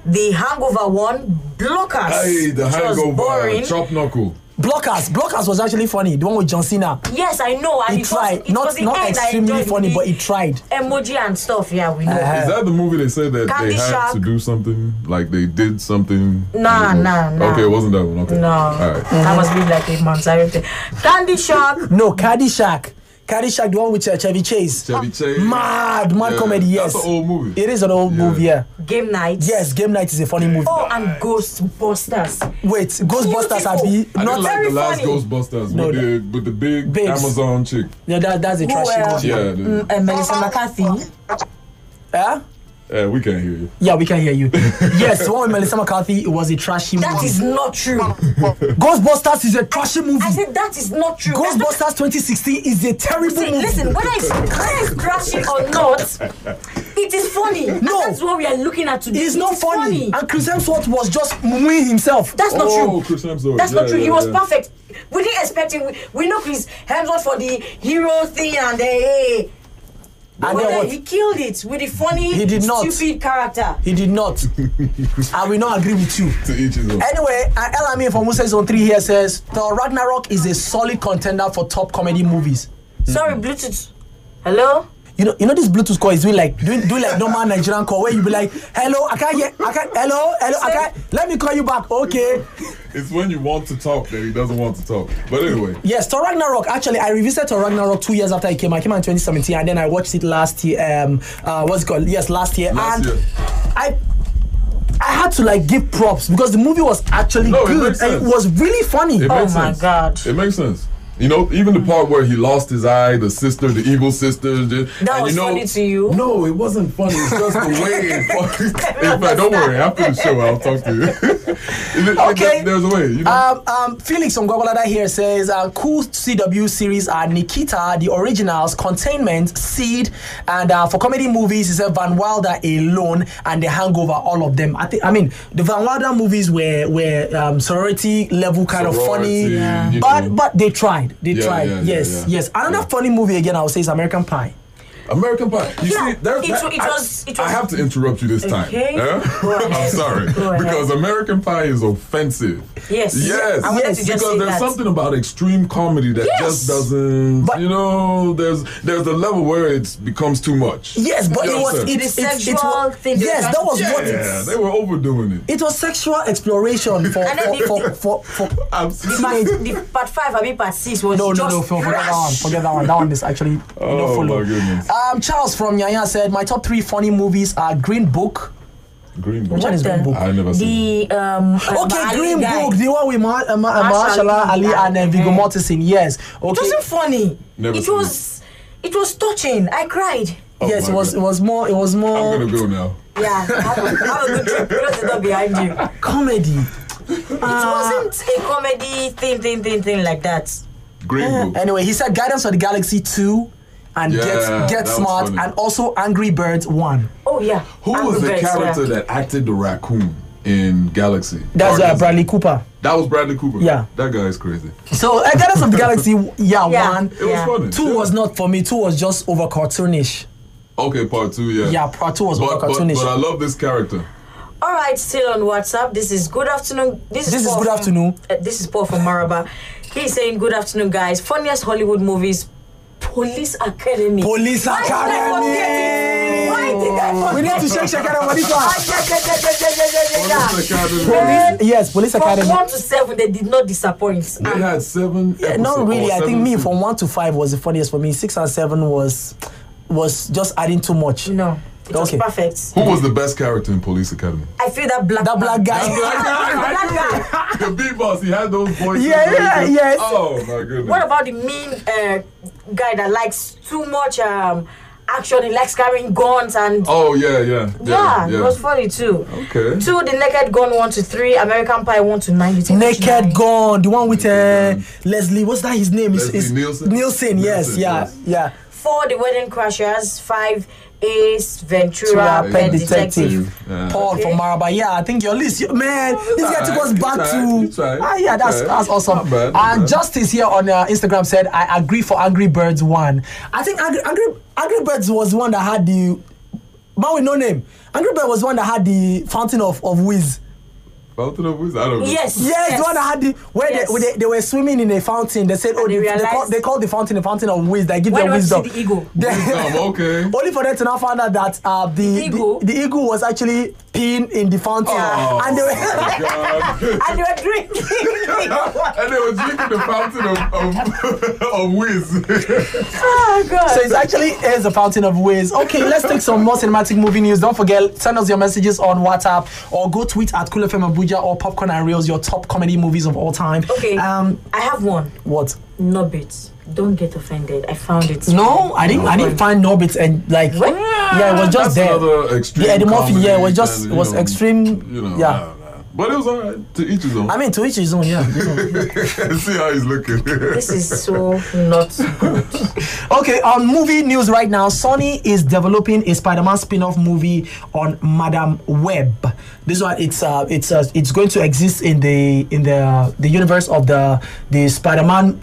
[SPEAKER 4] "The Hangover one blockers."
[SPEAKER 6] hey, the
[SPEAKER 4] which was
[SPEAKER 6] hangover.
[SPEAKER 4] boring.
[SPEAKER 6] Chop knuckle.
[SPEAKER 3] Blockers. Blockers was actually funny. The one with John Cena.
[SPEAKER 4] Yes, I know. And
[SPEAKER 3] He
[SPEAKER 4] it
[SPEAKER 3] tried.
[SPEAKER 4] Was, it was
[SPEAKER 3] Not
[SPEAKER 4] the
[SPEAKER 3] not
[SPEAKER 4] end I
[SPEAKER 3] extremely
[SPEAKER 4] enjoyed
[SPEAKER 3] funny,
[SPEAKER 4] the
[SPEAKER 3] but he tried.
[SPEAKER 4] emoji and stuff. Yeah, we know.
[SPEAKER 3] Uh-huh.
[SPEAKER 6] Is that the movie they said that
[SPEAKER 4] Candy
[SPEAKER 6] they had
[SPEAKER 4] Shark.
[SPEAKER 6] to do something? Like they did something?
[SPEAKER 4] Nah,
[SPEAKER 6] Okay,
[SPEAKER 4] nah, nah.
[SPEAKER 6] Okay, it wasn't that one. Okay.
[SPEAKER 4] No,
[SPEAKER 6] All right.
[SPEAKER 4] that must be like a Manzaro thing. Candy Shark.
[SPEAKER 3] No, Caddyshack. Caddyshack, the one with uh, Chevy Chase.
[SPEAKER 6] Chevy Chase.
[SPEAKER 3] Mad, mad
[SPEAKER 6] Yeah,
[SPEAKER 3] comedy, yes.
[SPEAKER 6] That's an old movie.
[SPEAKER 3] It is an old
[SPEAKER 6] Yeah.
[SPEAKER 3] movie, yeah.
[SPEAKER 4] Game night.
[SPEAKER 3] Yes, Game Night is a funny movie.
[SPEAKER 4] Oh, and Ghostbusters.
[SPEAKER 3] Wait, Ghostbusters are be
[SPEAKER 6] I
[SPEAKER 3] not
[SPEAKER 6] didn't like
[SPEAKER 4] very
[SPEAKER 6] the last
[SPEAKER 4] funny.
[SPEAKER 6] Ghostbusters
[SPEAKER 3] No,
[SPEAKER 6] with, the, with the big
[SPEAKER 3] Babes.
[SPEAKER 6] Amazon chick.
[SPEAKER 3] no, that, that's a
[SPEAKER 4] Who
[SPEAKER 3] trashy
[SPEAKER 4] else?
[SPEAKER 3] movie.
[SPEAKER 6] Yeah, the-
[SPEAKER 4] Mm,
[SPEAKER 3] Eh,
[SPEAKER 4] uh, Melissa McCarthy.
[SPEAKER 3] Huh?
[SPEAKER 6] Eh, we can't hear you.
[SPEAKER 3] Yeah, we can hear you. yes, the one with Melissa McCarthy it was a trashy
[SPEAKER 4] That
[SPEAKER 3] movie.
[SPEAKER 4] is not true.
[SPEAKER 3] Ghostbusters is a trashy movie.
[SPEAKER 4] I said that is not true. That's not-
[SPEAKER 3] Ghostbusters 2016 is a terrible
[SPEAKER 4] See,
[SPEAKER 3] movie.
[SPEAKER 4] listen, whether it's, whether it's trashy or not, it is funny. And
[SPEAKER 3] No.
[SPEAKER 4] that's what we are looking at today.
[SPEAKER 3] it's
[SPEAKER 4] It
[SPEAKER 3] not
[SPEAKER 4] is
[SPEAKER 3] funny. And Chris Hemsworth was just mooing himself.
[SPEAKER 4] That's not
[SPEAKER 6] oh,
[SPEAKER 4] true.
[SPEAKER 6] Chris Hemsworth.
[SPEAKER 4] That's
[SPEAKER 6] yeah,
[SPEAKER 4] not true.
[SPEAKER 6] Yeah,
[SPEAKER 4] he was
[SPEAKER 6] yeah.
[SPEAKER 4] perfect. We didn't expect him. We know Chris Hemsworth for the hero thing and the hey.
[SPEAKER 3] and
[SPEAKER 4] But
[SPEAKER 3] then
[SPEAKER 4] then
[SPEAKER 3] what?
[SPEAKER 4] he
[SPEAKER 3] He,
[SPEAKER 4] killed it with the funny,
[SPEAKER 3] He did not.
[SPEAKER 4] stupid character.
[SPEAKER 3] did not. I will not agree with you.
[SPEAKER 6] To each his own.
[SPEAKER 3] Anyway, uh, Elami from Musa Zone 3 here says Thor Ragnarok is a solid contender for top comedy movies.
[SPEAKER 4] Sorry, Bluetooth. Hello?
[SPEAKER 3] you know, you know this Bluetooth call is doing like doing doing like normal Nigerian call where you be like, hello, I can't hear, I can't, hello, hello, I can't. Let me call you back, okay?
[SPEAKER 6] It's when you want to talk that he doesn't want to talk. But anyway,
[SPEAKER 3] Yes, Thor Ragnarok. Actually, I revisited Thor Ragnarok two years after it came. out. It came out in 2017, and then I watched it last year. Um, uh, what's it called? Yes, last year.
[SPEAKER 6] Last
[SPEAKER 3] and
[SPEAKER 6] year.
[SPEAKER 3] I, I had to like give props because the movie was actually
[SPEAKER 6] No, it
[SPEAKER 3] good.
[SPEAKER 6] makes
[SPEAKER 3] and it
[SPEAKER 6] sense.
[SPEAKER 3] was really funny.
[SPEAKER 6] it
[SPEAKER 4] Oh
[SPEAKER 6] makes
[SPEAKER 4] my
[SPEAKER 6] sense.
[SPEAKER 4] God.
[SPEAKER 6] It makes sense. You know, even the part where he lost his eye, the sister, the evil sister. That and
[SPEAKER 4] was
[SPEAKER 6] you know,
[SPEAKER 4] funny to you?
[SPEAKER 6] No, it wasn't funny. It's just the way it fucking. In fact, don't worry. After the show, I'll talk to you. It- it-
[SPEAKER 3] Okay.
[SPEAKER 6] There's a way. You know?
[SPEAKER 3] Um, um, Felix from Gwagwalada here says, uh, cool CW series are Nikita, The Originals, Containment, Seed, and uh, for comedy movies, he said Van Wilder alone and The Hangover, all of them. I think, I mean, the Van Wilder movies were were um, sorority level kind of funny,
[SPEAKER 6] Sorority, Yeah. you
[SPEAKER 3] but
[SPEAKER 6] know.
[SPEAKER 3] but they tried, they
[SPEAKER 6] Yeah,
[SPEAKER 3] tried.
[SPEAKER 6] yeah, yeah,
[SPEAKER 3] yes,
[SPEAKER 6] yeah.
[SPEAKER 3] yes. Another funny movie again, I would say is American Pie.
[SPEAKER 6] American Pie. You
[SPEAKER 4] Yeah,
[SPEAKER 6] see, there's
[SPEAKER 4] it wa-
[SPEAKER 6] that,
[SPEAKER 4] it was-
[SPEAKER 6] I,
[SPEAKER 4] it
[SPEAKER 6] I
[SPEAKER 4] was-
[SPEAKER 6] have to interrupt you this time.
[SPEAKER 4] Okay.
[SPEAKER 6] huh?
[SPEAKER 4] Go ahead.
[SPEAKER 6] I'm sorry
[SPEAKER 4] Go ahead.
[SPEAKER 6] because American Pie is offensive.
[SPEAKER 4] Yes.
[SPEAKER 6] Yes.
[SPEAKER 4] I wanted to
[SPEAKER 6] yes.
[SPEAKER 4] just say
[SPEAKER 6] Because there's
[SPEAKER 4] that.
[SPEAKER 6] something about extreme comedy that
[SPEAKER 3] Yes.
[SPEAKER 6] just doesn't.
[SPEAKER 3] But-
[SPEAKER 6] you know, there's there's a level where it becomes too much.
[SPEAKER 3] Yes, but
[SPEAKER 6] You
[SPEAKER 3] it was it,
[SPEAKER 6] understand?
[SPEAKER 3] it,
[SPEAKER 4] The
[SPEAKER 3] it, it
[SPEAKER 4] sexual
[SPEAKER 3] was,
[SPEAKER 4] thing they
[SPEAKER 3] yes,
[SPEAKER 4] tried
[SPEAKER 3] that
[SPEAKER 4] to
[SPEAKER 3] was
[SPEAKER 6] Yeah,
[SPEAKER 3] what it,
[SPEAKER 6] they were overdoing it.
[SPEAKER 3] it was sexual exploration for
[SPEAKER 4] And then they-
[SPEAKER 3] for for, for, for
[SPEAKER 6] I'm
[SPEAKER 4] Part,
[SPEAKER 6] sorry.
[SPEAKER 4] the part five, I mean part six was
[SPEAKER 3] No, no,
[SPEAKER 4] just
[SPEAKER 3] no, for- forget that one.
[SPEAKER 4] trash.
[SPEAKER 3] Forget that one. That one is actually no
[SPEAKER 6] Oh
[SPEAKER 3] follow.
[SPEAKER 6] my goodness.
[SPEAKER 3] Um, Charles from Yaya said my top three funny movies are Green Book.
[SPEAKER 6] Green Book.
[SPEAKER 3] Which one is Green Book?
[SPEAKER 6] I never seen. it.
[SPEAKER 4] The um uh,
[SPEAKER 3] Okay,
[SPEAKER 4] Ali
[SPEAKER 3] Green
[SPEAKER 4] guy.
[SPEAKER 3] Book, the one with Ma- uh, Ma- uh,
[SPEAKER 4] Mahershala
[SPEAKER 3] Mahershala Ali
[SPEAKER 4] Ali
[SPEAKER 3] and uh, Viggo
[SPEAKER 4] Mhm.
[SPEAKER 3] Mortensen. Yes. Okay.
[SPEAKER 4] It wasn't funny.
[SPEAKER 6] Never
[SPEAKER 4] it
[SPEAKER 6] seen
[SPEAKER 4] was it was touching. I cried.
[SPEAKER 6] Oh
[SPEAKER 3] yes,
[SPEAKER 6] my
[SPEAKER 3] it was.
[SPEAKER 6] God.
[SPEAKER 3] It was more. It was
[SPEAKER 6] I'm
[SPEAKER 3] more
[SPEAKER 6] gonna go now.
[SPEAKER 4] Yeah, have a, have a good trip. Close the door behind you. It
[SPEAKER 3] comedy.
[SPEAKER 4] wasn't a comedy thing, thing, thing, thing like that.
[SPEAKER 6] Green
[SPEAKER 4] Uh,
[SPEAKER 6] Book.
[SPEAKER 3] Anyway, he said Guidance for the Galaxy two, and
[SPEAKER 6] Yeah,
[SPEAKER 3] Get
[SPEAKER 6] that
[SPEAKER 3] Get
[SPEAKER 6] was
[SPEAKER 3] Smart,
[SPEAKER 6] funny.
[SPEAKER 3] and also Angry Birds one.
[SPEAKER 4] Oh yeah.
[SPEAKER 6] Who
[SPEAKER 4] Angry
[SPEAKER 6] was the
[SPEAKER 4] Birds, yeah.
[SPEAKER 6] character that acted the raccoon in Galaxy?
[SPEAKER 3] That's uh,
[SPEAKER 6] Guardians?
[SPEAKER 3] Bradley Cooper.
[SPEAKER 6] That was Bradley Cooper.
[SPEAKER 3] Yeah.
[SPEAKER 6] That guy is crazy.
[SPEAKER 3] So uh, Guidance of the Galaxy, yeah,
[SPEAKER 4] Yeah.
[SPEAKER 3] one.
[SPEAKER 4] Yeah.
[SPEAKER 6] It was funny.
[SPEAKER 3] Two
[SPEAKER 6] Yeah.
[SPEAKER 3] was not for me. Two was just over cartoonish.
[SPEAKER 6] Okay, part two, yeah.
[SPEAKER 3] Yeah, part two was
[SPEAKER 6] But,
[SPEAKER 3] over
[SPEAKER 6] but,
[SPEAKER 3] cartoonish.
[SPEAKER 6] but I love this character.
[SPEAKER 4] All right, still on WhatsApp. This is good afternoon. This is,
[SPEAKER 3] This is
[SPEAKER 4] Paul
[SPEAKER 3] good
[SPEAKER 4] from-
[SPEAKER 3] afternoon.
[SPEAKER 4] uh, this is Paul from Maraba. He's saying good afternoon, guys. Funniest Hollywood movies. Police Academy.
[SPEAKER 3] Police
[SPEAKER 4] Why did I forget it?
[SPEAKER 3] Academy.
[SPEAKER 4] Why did I forget
[SPEAKER 3] We need to shake shake it for this one.
[SPEAKER 4] Ah, yeah, yeah, yeah, yeah, yeah, yeah, yeah, yeah. Man,
[SPEAKER 6] Police Academy.
[SPEAKER 3] Yes, Police
[SPEAKER 4] From
[SPEAKER 3] Academy.
[SPEAKER 4] one to seven, they did not disappoint. Ah,
[SPEAKER 6] They
[SPEAKER 4] And
[SPEAKER 6] had seven.
[SPEAKER 3] Yeah,
[SPEAKER 6] episodes,
[SPEAKER 3] Not
[SPEAKER 6] or
[SPEAKER 3] really. I
[SPEAKER 6] seven
[SPEAKER 3] think me
[SPEAKER 6] seasons.
[SPEAKER 3] from one to five was the funniest for me. Six and seven was was just adding too much.
[SPEAKER 4] no, it
[SPEAKER 3] Okay.
[SPEAKER 4] was perfect.
[SPEAKER 6] Who was the best character in Police Academy?
[SPEAKER 4] I feel that black.
[SPEAKER 3] That
[SPEAKER 4] man.
[SPEAKER 3] black
[SPEAKER 6] That
[SPEAKER 3] guy.
[SPEAKER 6] black guy. the B boss, he had those voices.
[SPEAKER 3] Yeah,
[SPEAKER 6] and
[SPEAKER 3] yeah,
[SPEAKER 6] everything.
[SPEAKER 3] yes.
[SPEAKER 6] Oh my goodness.
[SPEAKER 4] What about the mean uh, guy that likes too much um, action? He likes carrying guns and
[SPEAKER 6] Oh yeah, yeah,
[SPEAKER 4] yeah,
[SPEAKER 6] yeah.
[SPEAKER 4] it was funny too.
[SPEAKER 6] Okay.
[SPEAKER 4] Two, the Naked Gun one to three, American Pie one to nine. you take which nine?
[SPEAKER 3] Naked Gun, the one with uh, Leslie. What's that? His name
[SPEAKER 6] Leslie Nielsen?
[SPEAKER 3] Nielsen. Yes,
[SPEAKER 6] Nielsen,
[SPEAKER 3] yeah,
[SPEAKER 6] yes.
[SPEAKER 3] yeah.
[SPEAKER 4] Four, The Wedding Crashers. Five, Ace
[SPEAKER 3] Ventura,
[SPEAKER 4] Ventura, Pet
[SPEAKER 3] Pet
[SPEAKER 4] Detective.
[SPEAKER 3] Detective. Paul from Maraba. Yeah, I think your list, you- man.
[SPEAKER 6] Oh,
[SPEAKER 3] This guy took us
[SPEAKER 6] Alright,
[SPEAKER 3] back
[SPEAKER 6] alright,
[SPEAKER 3] to.
[SPEAKER 6] alright,
[SPEAKER 3] Ah, yeah, that's
[SPEAKER 6] alright.
[SPEAKER 3] that's awesome.
[SPEAKER 6] Not bad, not
[SPEAKER 3] And
[SPEAKER 6] bad.
[SPEAKER 3] Justice here on uh, Instagram said, "I agree for Angry Birds one. I think Angry Angry, Angry Birds was the one that had the man with no name. Angry Bird was the one that had the Fountain of of Whiz.
[SPEAKER 6] Fountain of Woods? I don't know.
[SPEAKER 4] Yes,
[SPEAKER 3] Yes, the one that had the where
[SPEAKER 4] Yes.
[SPEAKER 3] they, where they they were swimming in a fountain. They said, oh,
[SPEAKER 4] they
[SPEAKER 3] they they, call,
[SPEAKER 4] realized-
[SPEAKER 3] they called the fountain the Fountain of Whiz. They give
[SPEAKER 4] Why
[SPEAKER 3] them
[SPEAKER 4] don't you
[SPEAKER 3] wisdom.
[SPEAKER 4] see the eagle?
[SPEAKER 3] They-
[SPEAKER 6] Um, okay.
[SPEAKER 3] Only for them to now find out that uh, the, the,
[SPEAKER 4] eagle?
[SPEAKER 3] the eagle was actually peeing in the fountain,
[SPEAKER 6] Oh,
[SPEAKER 3] and they were,
[SPEAKER 6] my God.
[SPEAKER 4] And they were drinking.
[SPEAKER 6] and they were drinking the fountain of of, of whiz.
[SPEAKER 4] oh, God.
[SPEAKER 3] so it's actually is a fountain of ways. Okay, let's take some more cinematic movie news. Don't forget, send us your messages on WhatsApp or go tweet at Cool FM Abuja or Popcorn and Reels your top comedy movies of all time.
[SPEAKER 4] Okay.
[SPEAKER 3] Um,
[SPEAKER 4] I have one.
[SPEAKER 3] what?
[SPEAKER 4] Nobbit. Don't get offended. I found it.
[SPEAKER 3] No, I didn't. I didn't find Norbit and like.
[SPEAKER 4] What?
[SPEAKER 3] Yeah, it was just
[SPEAKER 6] That's
[SPEAKER 3] there.
[SPEAKER 6] another extreme.
[SPEAKER 3] Yeah, Eddie Murphy.
[SPEAKER 6] comedy
[SPEAKER 3] Yeah, it was just
[SPEAKER 6] and,
[SPEAKER 3] it
[SPEAKER 6] you
[SPEAKER 3] was
[SPEAKER 6] know,
[SPEAKER 3] extreme.
[SPEAKER 6] You know.
[SPEAKER 3] yeah.
[SPEAKER 6] nah, nah. But it was alright to each his own.
[SPEAKER 3] I mean, to each his own. Yeah.
[SPEAKER 6] See how he's looking.
[SPEAKER 4] This is so not.
[SPEAKER 3] Okay, on movie news right now, Sony is developing a Spider-Man spin-off movie on Madam Web. This one, it's uh, it's uh, it's going to exist in the in the the universe of the the Spider-Man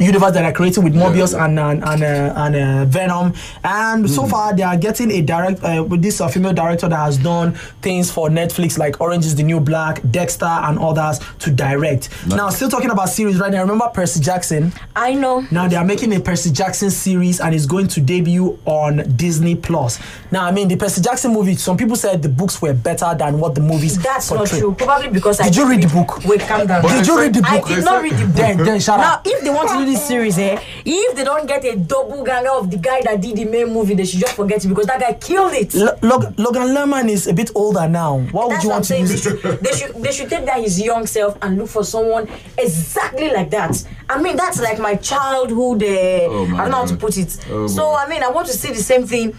[SPEAKER 3] universe that are creating with Mobius
[SPEAKER 6] Yeah.
[SPEAKER 3] and and and, uh, and uh, Venom. And so far, they are getting a direct uh, with this uh, female director that has done things for Netflix like Orange is the New Black, Dexter, and others to direct. Now, still talking about series right now. Remember Percy Jackson?
[SPEAKER 4] I know.
[SPEAKER 3] Now they are making a Percy Jackson series and it's going to debut on Disney Plus. Now, I mean, the Percy Jackson movie. Some people said the books were better than what the movies.
[SPEAKER 4] That's not
[SPEAKER 3] portray.
[SPEAKER 4] true. Probably because I
[SPEAKER 3] Did you read the
[SPEAKER 4] didn't
[SPEAKER 3] book?
[SPEAKER 4] Wait, calm down.
[SPEAKER 3] Did you read the
[SPEAKER 4] I
[SPEAKER 3] book?
[SPEAKER 4] did not read the book.
[SPEAKER 3] Then, then shut
[SPEAKER 4] Now,
[SPEAKER 3] up.
[SPEAKER 4] if they want to do this series, eh, if they don't get a double ganger of the guy that did the main movie, they should just forget it because that guy killed it.
[SPEAKER 3] Lo- Log- Logan Lerman is a bit older now. Why would
[SPEAKER 4] That's
[SPEAKER 3] you
[SPEAKER 4] what I'm
[SPEAKER 3] want to
[SPEAKER 4] saying. They
[SPEAKER 3] use?
[SPEAKER 4] should, they should they should take that his young self and look for someone exactly like that. I mean, that's like my childhood. Uh,
[SPEAKER 6] Oh
[SPEAKER 4] I
[SPEAKER 6] my
[SPEAKER 4] don't know how to
[SPEAKER 6] God.
[SPEAKER 4] put it.
[SPEAKER 6] Oh
[SPEAKER 4] so
[SPEAKER 6] my.
[SPEAKER 4] I mean, I want to see the same thing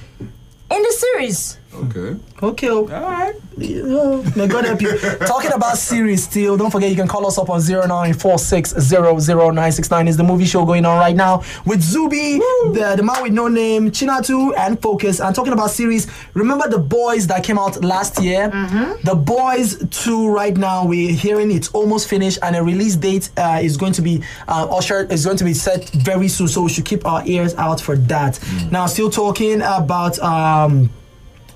[SPEAKER 4] in the series.
[SPEAKER 6] Okay.
[SPEAKER 3] Okay. oh. Yeah, oh. May God help you. Talking about series still, don't forget you can call us up on 0946000969 is the movie show going on right now with Zubi, the, the man with no name, Chinatu, and Focus. And talking about series, remember the boys that came out last year? The boys 2 right now, we're hearing it's almost finished and a release date uh, is going to be uh, ushered, is going to be set very soon. So we should keep our ears out for that. Now, still talking about. Um,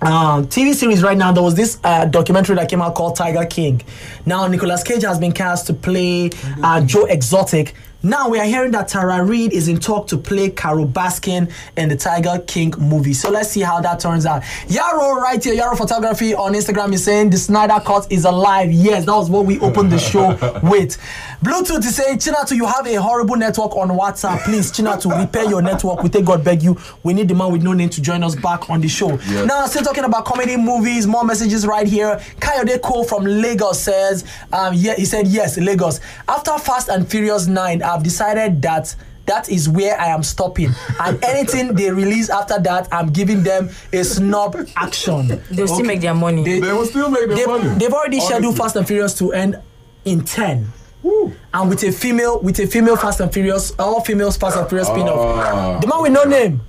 [SPEAKER 3] um, TV series right now. There was this uh, documentary that came out called Tiger King. Now Nicolas Cage has been cast to play uh, Joe Exotic. Now we are hearing that Tara Reid is in talk to play Carol Baskin in the Tiger King movie. So let's see how that turns out. Yarrow right here, Yarrow Photography on Instagram is saying the Snyder Cut is alive. Yes, that was what we opened the show with. Bluetooth is saying, Chinatu, you have a horrible network on WhatsApp. Please, Chinatu, repair your network. We take God beg you. We need the man with no name to join us back on the show.
[SPEAKER 6] Yeah.
[SPEAKER 3] Now, still talking about comedy movies, more messages right here. Kayode Cole from Lagos says, um, yeah, he said, yes, Lagos. After Fast and Furious 9, I've decided that that is where I am stopping. And anything they release after that, I'm giving them a snob action.
[SPEAKER 4] They'll still make their money.
[SPEAKER 3] They-
[SPEAKER 6] They will still make their
[SPEAKER 3] They've,
[SPEAKER 6] money.
[SPEAKER 3] they've already scheduled
[SPEAKER 6] Honestly.
[SPEAKER 3] Fast and Furious to end in 10. And with a female, with a female Fast and Furious, all females Fast and Furious spin-off.
[SPEAKER 6] Ah.
[SPEAKER 3] The man with no name.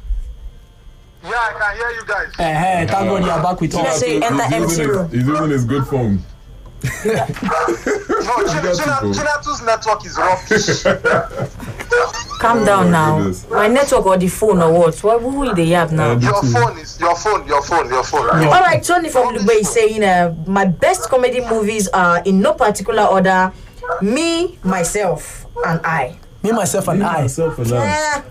[SPEAKER 5] Yeah, I can hear you guys.
[SPEAKER 3] Eh, eh, thank God you are back with
[SPEAKER 4] Let's
[SPEAKER 3] us.
[SPEAKER 4] say
[SPEAKER 6] He's
[SPEAKER 4] enter
[SPEAKER 6] using
[SPEAKER 4] empty
[SPEAKER 6] his-
[SPEAKER 4] room.
[SPEAKER 6] He's using his good phone.
[SPEAKER 5] No,
[SPEAKER 6] got people.
[SPEAKER 5] Chinatu's network is rubbish.
[SPEAKER 4] Calm down
[SPEAKER 6] my
[SPEAKER 4] now.
[SPEAKER 6] goodness.
[SPEAKER 4] My network or the phone or what? What who will they have now?
[SPEAKER 6] Um,
[SPEAKER 5] your phone is your phone, your phone, your phone.
[SPEAKER 4] All right, Tony from Dubai is saying, uh, my best comedy movies are in no particular order, me, myself, and I.
[SPEAKER 3] Me, myself, and I.
[SPEAKER 6] Myself and I.
[SPEAKER 4] Eh,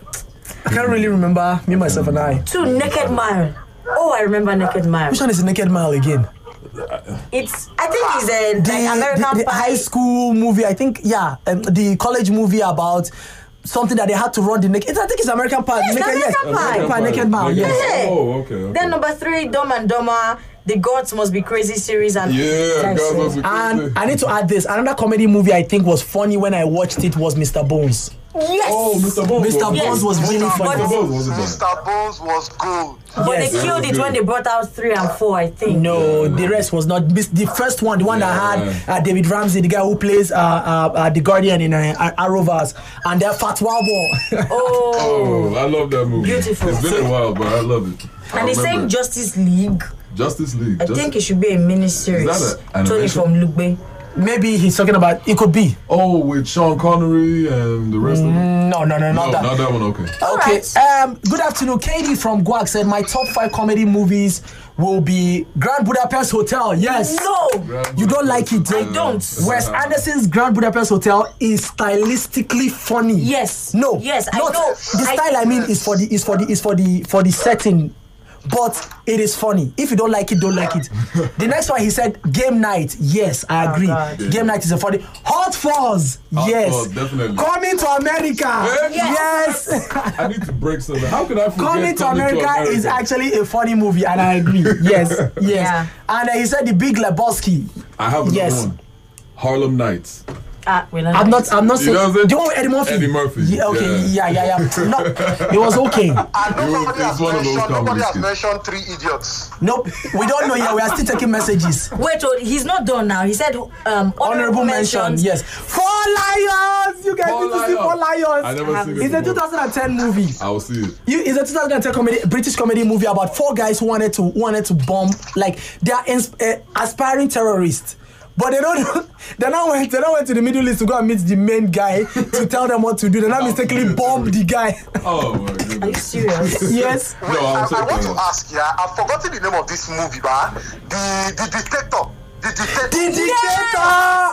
[SPEAKER 3] I can't really remember. Me, myself, and I.
[SPEAKER 4] two Naked Mile. Oh, I remember Naked Mile.
[SPEAKER 3] Which one is Naked Mile again?
[SPEAKER 4] It's I think it's a like American
[SPEAKER 3] the, the
[SPEAKER 4] Pie.
[SPEAKER 3] high school movie, I think, yeah, um, the college movie about something that they had to run the naked. I think it's American Pie.
[SPEAKER 4] Yes, American Pie.
[SPEAKER 3] American Pie, Naked Mile,
[SPEAKER 6] Naked-
[SPEAKER 3] yes.
[SPEAKER 4] Yeah.
[SPEAKER 6] Oh, okay. okay.
[SPEAKER 4] Then number three, Dumb and Dumber. The Gods Must Be Crazy series and
[SPEAKER 6] Yeah,
[SPEAKER 4] That's
[SPEAKER 6] God
[SPEAKER 4] it.
[SPEAKER 6] loves a
[SPEAKER 3] And
[SPEAKER 6] Christian.
[SPEAKER 3] I need to add this. Another comedy movie I think was funny when I watched it was Mr. Bones.
[SPEAKER 4] yes.
[SPEAKER 6] Oh, Mr. Bones.
[SPEAKER 3] Mr.
[SPEAKER 6] was-
[SPEAKER 3] Bones was really funny.
[SPEAKER 6] Mr. Bones was it?
[SPEAKER 5] Mr. Bones was gold.
[SPEAKER 4] but
[SPEAKER 3] yes.
[SPEAKER 4] they killed it when they brought out three and four, I think.
[SPEAKER 3] No, the rest was not. This- The first one, the one that had uh, David Ramsey, the guy who plays uh, uh, uh, the Guardian in uh, Ar- Arrowverse, and that Fat Wabo.
[SPEAKER 4] Oh,
[SPEAKER 6] Oh, I love that movie.
[SPEAKER 4] Beautiful.
[SPEAKER 6] It's been a while, but I love it. I
[SPEAKER 4] and he's
[SPEAKER 6] remember
[SPEAKER 4] saying
[SPEAKER 6] it.
[SPEAKER 4] Justice League.
[SPEAKER 6] Justice League.
[SPEAKER 4] I
[SPEAKER 6] Justice-
[SPEAKER 4] think it should be a mini series.
[SPEAKER 6] Is that a
[SPEAKER 4] Tony
[SPEAKER 6] animation?
[SPEAKER 4] from Lugbe.
[SPEAKER 3] Maybe he's talking about it could be.
[SPEAKER 6] Oh, with Sean Connery and the rest of them.
[SPEAKER 3] No, no, no, Mm, not
[SPEAKER 6] No,
[SPEAKER 3] that.
[SPEAKER 6] not that one. Okay.
[SPEAKER 3] Okay.
[SPEAKER 4] Alright.
[SPEAKER 3] Um. Good afternoon, Katie from Guac said my top five comedy movies will be Grand Budapest Hotel. Yes.
[SPEAKER 4] No!
[SPEAKER 3] You don't like it.
[SPEAKER 6] I
[SPEAKER 3] eh?
[SPEAKER 4] don't.
[SPEAKER 3] Wes Anderson's Grand Budapest Hotel is stylistically funny.
[SPEAKER 4] Yes.
[SPEAKER 3] No.
[SPEAKER 4] Yes, I
[SPEAKER 3] not-
[SPEAKER 4] know.
[SPEAKER 3] The
[SPEAKER 4] I-
[SPEAKER 3] style I, mean is for the is for the is for the for the setting. But it is funny. If you don't like it, don't like it. The next one he said, Game Night. Yes, I agree.
[SPEAKER 4] Oh, God.
[SPEAKER 3] Game Night is a funny. Hot Falls. yes.
[SPEAKER 6] Fuzz, definitely.
[SPEAKER 3] Coming to America.
[SPEAKER 4] Yes.
[SPEAKER 3] yes.
[SPEAKER 6] I need to break something. How can I forget?
[SPEAKER 3] Coming to America, is actually a funny movie, and I agree. Yes, yes.
[SPEAKER 4] Yeah.
[SPEAKER 3] And uh, he said the Big Lebowski.
[SPEAKER 6] I have another
[SPEAKER 3] Yes.
[SPEAKER 6] one. Harlem Nights.
[SPEAKER 4] Ah, we're not.
[SPEAKER 3] I'm not. I'm not
[SPEAKER 6] You
[SPEAKER 3] saying.
[SPEAKER 6] know what I'm saying?
[SPEAKER 3] Do you want Eddie Murphy?
[SPEAKER 6] Eddie Murphy,
[SPEAKER 3] Yeah, okay. Yeah,
[SPEAKER 6] yeah.
[SPEAKER 3] yeah, yeah. No, it was okay.
[SPEAKER 5] I know
[SPEAKER 6] It was-
[SPEAKER 5] nobody
[SPEAKER 6] it's
[SPEAKER 5] has
[SPEAKER 6] one of those
[SPEAKER 5] mentioned nobody
[SPEAKER 6] comedy
[SPEAKER 5] has
[SPEAKER 6] skits.
[SPEAKER 5] mentioned three idiots.
[SPEAKER 3] Nope. We don't know yet. We are still taking messages.
[SPEAKER 4] Wait, oh, he's not done now. He said um, honorable,
[SPEAKER 3] Honorable mention.
[SPEAKER 4] mentions.
[SPEAKER 3] Yes. Four Lions. You guys
[SPEAKER 6] Four
[SPEAKER 3] need to see Four
[SPEAKER 6] Lions.
[SPEAKER 3] Lions.
[SPEAKER 6] I never seen it
[SPEAKER 3] it's a
[SPEAKER 6] before.
[SPEAKER 3] 2010 movie.
[SPEAKER 6] I will see it.
[SPEAKER 3] You, it's a 2010 comedy, British comedy movie about four guys who wanted to wanted to bomb like they are ins- uh, aspiring terrorists, eh, but they don't They now went. They now went to the Middle East to go and meet the main guy to tell them what to do. They now mistakenly bombed the guy.
[SPEAKER 6] Oh
[SPEAKER 4] Are
[SPEAKER 6] my
[SPEAKER 4] you
[SPEAKER 6] goodness.
[SPEAKER 4] serious?
[SPEAKER 3] yes.
[SPEAKER 5] Wait,
[SPEAKER 6] No, I'm
[SPEAKER 5] I, I
[SPEAKER 6] sorry,
[SPEAKER 5] want to
[SPEAKER 6] no.
[SPEAKER 5] ask, yeah, I've forgotten the name of this movie, but the the dictator, the dictator.
[SPEAKER 3] The dictator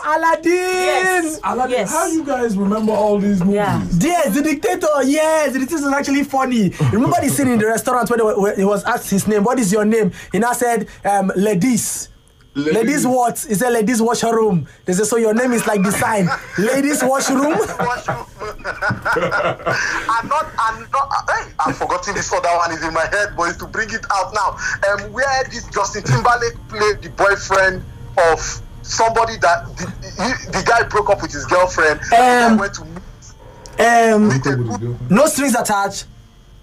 [SPEAKER 3] Aladdin.
[SPEAKER 4] Yes.
[SPEAKER 6] Aladdin,
[SPEAKER 4] Yes.
[SPEAKER 6] how you guys remember all these movies?
[SPEAKER 4] Yeah.
[SPEAKER 3] Yes, the dictator. Yes, the dictator is actually funny. Remember the scene in the restaurant where, they were- where he was asked his name. What is your name? He now said, um, "Ladies." Ladies what? He said, "Ladies washroom." They said, "So your name is like the sign, ladies washroom."
[SPEAKER 5] I'm not, I'm not, hey, I've forgotten this other one is in my head, but it's to bring it out now. Um, where this Justin Timberlake played the boyfriend of somebody that the, he, the guy broke up with his girlfriend and
[SPEAKER 3] Um,
[SPEAKER 5] went to meet
[SPEAKER 3] Um,
[SPEAKER 6] Think with his girlfriend?
[SPEAKER 3] no strings attached.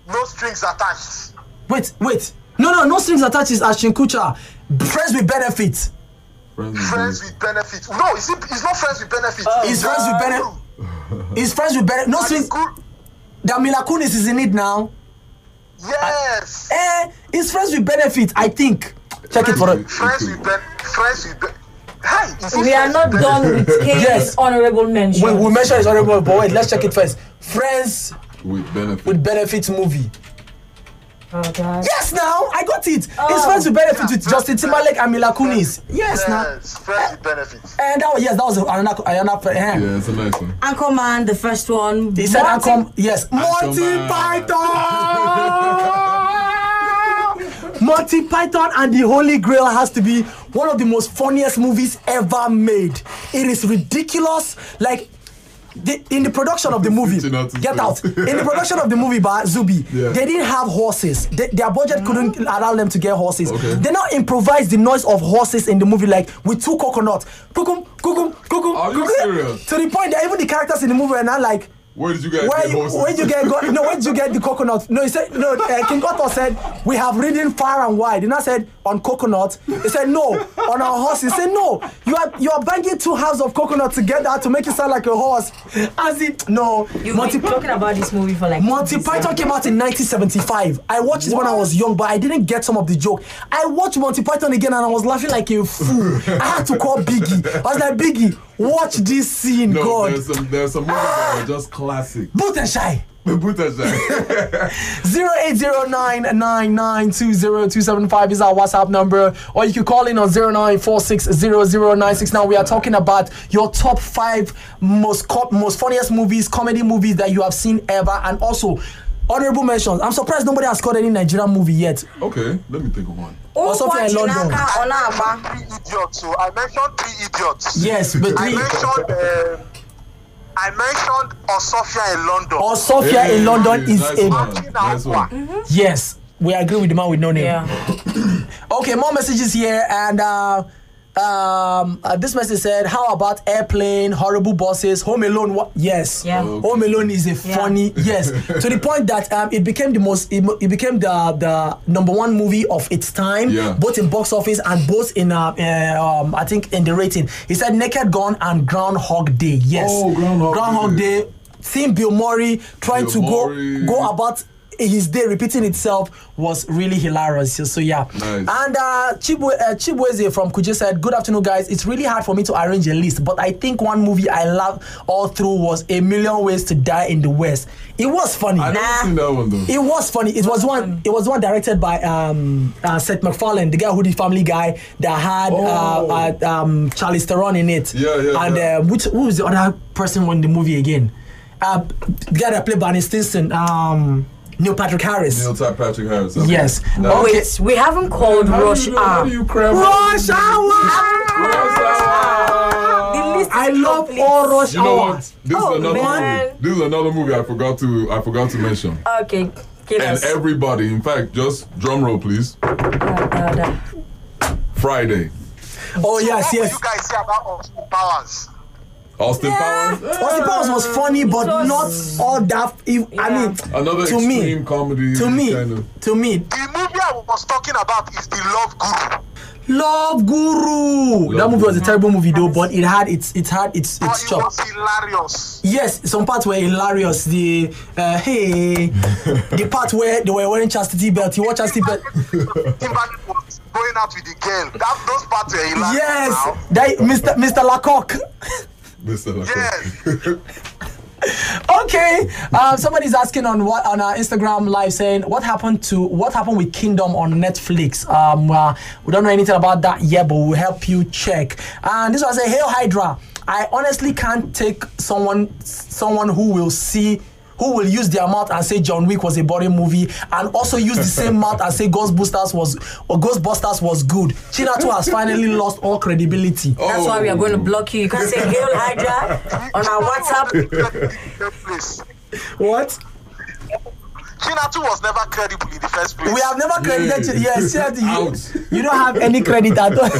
[SPEAKER 5] no strings attached.
[SPEAKER 3] Wait, wait. No, no, no strings attached is Ashton Kutcher. Friends with benefits.
[SPEAKER 6] Friends with
[SPEAKER 5] Friends
[SPEAKER 6] benefits.
[SPEAKER 5] with benefits. No, it's, it's not friends with benefits.
[SPEAKER 4] Oh.
[SPEAKER 3] It's friends with benefit. It's friends with benefits. No strings.
[SPEAKER 5] It's good.
[SPEAKER 3] That Mila Kunis is in it now.
[SPEAKER 5] Yes.
[SPEAKER 3] Eh, it's friends with benefits. I think. Check it for.
[SPEAKER 5] friends,
[SPEAKER 3] us.
[SPEAKER 5] friends with ben, friends with ben, hey, is it
[SPEAKER 4] We are
[SPEAKER 5] friends
[SPEAKER 4] not
[SPEAKER 5] with
[SPEAKER 4] done with K's
[SPEAKER 3] Yes.
[SPEAKER 4] honorable mention.
[SPEAKER 3] Wait, we mentioned it's honorable, but wait, let's check it first. Friends
[SPEAKER 6] With benefits.
[SPEAKER 3] with benefits movie.
[SPEAKER 4] oh, God.
[SPEAKER 3] Yes, now I got it. It's
[SPEAKER 4] Oh.
[SPEAKER 3] friends with benefits with Justin Timberlake and Mila Kunis. Yes, now.
[SPEAKER 5] Yes, friends with benefits.
[SPEAKER 3] And that was, yes, that was another another. eh.
[SPEAKER 6] Yeah, it's a nice one.
[SPEAKER 4] Anchor Man, the first one.
[SPEAKER 3] He said, "I
[SPEAKER 4] Martin-
[SPEAKER 3] come." Yes, Monty
[SPEAKER 6] Aquaman.
[SPEAKER 3] Python. Monty Python and the Holy Grail has to be one of the most funniest movies ever made. It is ridiculous. Like the, in the production of the movie,
[SPEAKER 6] Teaching how to
[SPEAKER 3] get
[SPEAKER 6] swim.
[SPEAKER 3] out. In the production of the movie, by Zubi,
[SPEAKER 6] Yeah.
[SPEAKER 3] they didn't have horses. They- their budget couldn't allow them to get horses.
[SPEAKER 6] Okay.
[SPEAKER 3] They now improvised the noise of horses in the movie, like with two coconuts, cuckoo, cuckoo, cuckoo.
[SPEAKER 6] Are you
[SPEAKER 3] cuckoo.
[SPEAKER 6] serious?
[SPEAKER 3] To the point that even the characters in the movie are now like.
[SPEAKER 6] Where did you guys
[SPEAKER 3] Where
[SPEAKER 6] get
[SPEAKER 3] you,
[SPEAKER 6] horses?
[SPEAKER 3] where you get go- no? Where did you get the coconut? No, he said no. Uh, King Otto said we have ridden far and wide. He now said on coconut. He said no on our horse. He said no. You are you are banging two halves of coconut together to make it sound like a horse. As it no.
[SPEAKER 4] You've
[SPEAKER 3] Monty,
[SPEAKER 4] been talking about this movie for like.
[SPEAKER 3] Monty Python came out in 1975. I watched it when I was young, but I didn't get some of the joke. I watched Monty Python again and I was laughing like a fool. I had to call Biggie. I was like Biggie, watch this scene,
[SPEAKER 6] no,
[SPEAKER 3] God.
[SPEAKER 6] there's some there's some movies that are just classic.
[SPEAKER 3] Boot and shy.
[SPEAKER 6] Butasha.
[SPEAKER 3] 08099920275 is our WhatsApp number, or you can call in on 094600969. We are talking about your top five most co- most funniest movies, comedy movies that you have seen ever, and also honorable mentions. I'm surprised nobody has called any Nigerian movie yet.
[SPEAKER 6] okay, let me think of one.
[SPEAKER 4] Or
[SPEAKER 3] something in London.
[SPEAKER 5] Three idiots. So I mentioned three idiots.
[SPEAKER 3] Yes, but
[SPEAKER 5] I
[SPEAKER 3] three.
[SPEAKER 5] mentioned. Um, I mentioned Osofia in London.
[SPEAKER 3] Or Sofia in London
[SPEAKER 6] Hey,
[SPEAKER 3] is
[SPEAKER 6] nice
[SPEAKER 3] a
[SPEAKER 6] one,
[SPEAKER 5] Martin
[SPEAKER 6] nice one.
[SPEAKER 3] yes. We agree with the man with no name.
[SPEAKER 4] Yeah.
[SPEAKER 3] Okay, more messages here, and uh, um, uh, this message said, "How about airplane, horrible bosses, Home Alone? What? Yes,
[SPEAKER 4] Yeah.
[SPEAKER 6] Okay.
[SPEAKER 3] Home Alone is a
[SPEAKER 4] Yeah.
[SPEAKER 3] funny yes to the point that um, it became the most, it, mo- it became the the number one movie of its time,
[SPEAKER 6] Yeah.
[SPEAKER 3] both in box office and both in uh, uh, um, I think in the rating. He said Naked Gun and Groundhog Day. Yes,
[SPEAKER 6] Oh, Groundhog Day.
[SPEAKER 3] Day. Seeing Bill Murray trying
[SPEAKER 6] Bill
[SPEAKER 3] to
[SPEAKER 6] Murray.
[SPEAKER 3] go go about his day repeating itself was really hilarious. So, so yeah.
[SPEAKER 6] Nice.
[SPEAKER 3] And uh, Chibwe, uh, Chibweze from Kuje said, Good afternoon, guys. It's really hard for me to arrange a list, but I think one movie I loved all through was A Million Ways to Die in the West. It was funny.
[SPEAKER 6] I never seen that one though.
[SPEAKER 3] It was funny. It was one. It was one directed by um, uh, Seth MacFarlane, the guy who did Family Guy, that had
[SPEAKER 6] Oh.
[SPEAKER 3] uh, uh, um, Charlize Theron in it.
[SPEAKER 6] Yeah, yeah,
[SPEAKER 3] And
[SPEAKER 6] yeah.
[SPEAKER 3] Uh, which who was the other person in the movie again? Uh, the guy that played Barney Stinson, um, Neil Patrick Harris.
[SPEAKER 6] Neil Ty Patrick Harris. okay.
[SPEAKER 3] Yes.
[SPEAKER 6] Nice.
[SPEAKER 3] Oh,
[SPEAKER 4] Wait, we haven't called
[SPEAKER 6] How do you
[SPEAKER 4] Rush
[SPEAKER 6] know- How
[SPEAKER 4] Hour.
[SPEAKER 6] do you crab?
[SPEAKER 3] Rush
[SPEAKER 6] Rush
[SPEAKER 3] hour.
[SPEAKER 6] Hour!
[SPEAKER 4] The list is
[SPEAKER 3] I love
[SPEAKER 4] complete.
[SPEAKER 3] all rush
[SPEAKER 6] You know
[SPEAKER 3] hours.
[SPEAKER 6] what? This
[SPEAKER 4] Oh,
[SPEAKER 6] is another
[SPEAKER 4] man.
[SPEAKER 6] movie. This is another movie I forgot to I forgot to mention.
[SPEAKER 4] Okay, kill
[SPEAKER 6] And
[SPEAKER 4] us. uh,
[SPEAKER 6] everybody, in fact, just drum roll please.
[SPEAKER 4] Da, da, da.
[SPEAKER 6] Friday.
[SPEAKER 3] Oh yes, yes.
[SPEAKER 5] What will you guys say about Austin Powers?
[SPEAKER 6] Austin Powers.
[SPEAKER 3] Austin Powers was funny, but
[SPEAKER 4] It
[SPEAKER 3] not all that. If, I
[SPEAKER 4] Yeah.
[SPEAKER 3] mean,
[SPEAKER 6] Another
[SPEAKER 3] to
[SPEAKER 6] extreme
[SPEAKER 3] me,
[SPEAKER 6] comedy.
[SPEAKER 3] to me,
[SPEAKER 6] Kind of.
[SPEAKER 3] to me,
[SPEAKER 5] The movie I was talking about is the Love Guru.
[SPEAKER 3] Love Guru. that
[SPEAKER 6] Love
[SPEAKER 3] movie was a
[SPEAKER 6] Guru.
[SPEAKER 3] terrible movie though, but it had its it had its
[SPEAKER 5] But
[SPEAKER 3] its
[SPEAKER 5] it
[SPEAKER 3] chop.
[SPEAKER 5] was hilarious.
[SPEAKER 3] Yes, some parts were hilarious. The uh, hey, the part where they were wearing chastity belt. You watch chastity belt.
[SPEAKER 5] Timberlake was going out with the girl. That those parts were hilarious.
[SPEAKER 3] Yes,
[SPEAKER 5] Now.
[SPEAKER 3] that, Mr. Mr. Lacock.
[SPEAKER 6] Mr. Lacoste.
[SPEAKER 5] Yes.
[SPEAKER 3] Okay. Um, somebody's asking on what on our Instagram live saying what happened to what happened with Kingdom on Netflix. Um, uh, we don't know anything about that yet, but we'll help you check. And this one say, "Hail Hydra! I honestly can't take someone someone who will see." Who will use their mouth and say John Wick was a boring movie, and also use the same mouth and say Ghostbusters was or Ghostbusters was good? Chinatu has finally lost all credibility.
[SPEAKER 6] Oh.
[SPEAKER 4] That's why we are going to block you. You can't say Gail Hydra on our WhatsApp.
[SPEAKER 3] What?
[SPEAKER 5] Chinatu was never credible in the first place.
[SPEAKER 3] We have never credited.
[SPEAKER 6] Yeah.
[SPEAKER 3] Yes, yes,
[SPEAKER 6] Out.
[SPEAKER 3] you, you don't have any credit at all.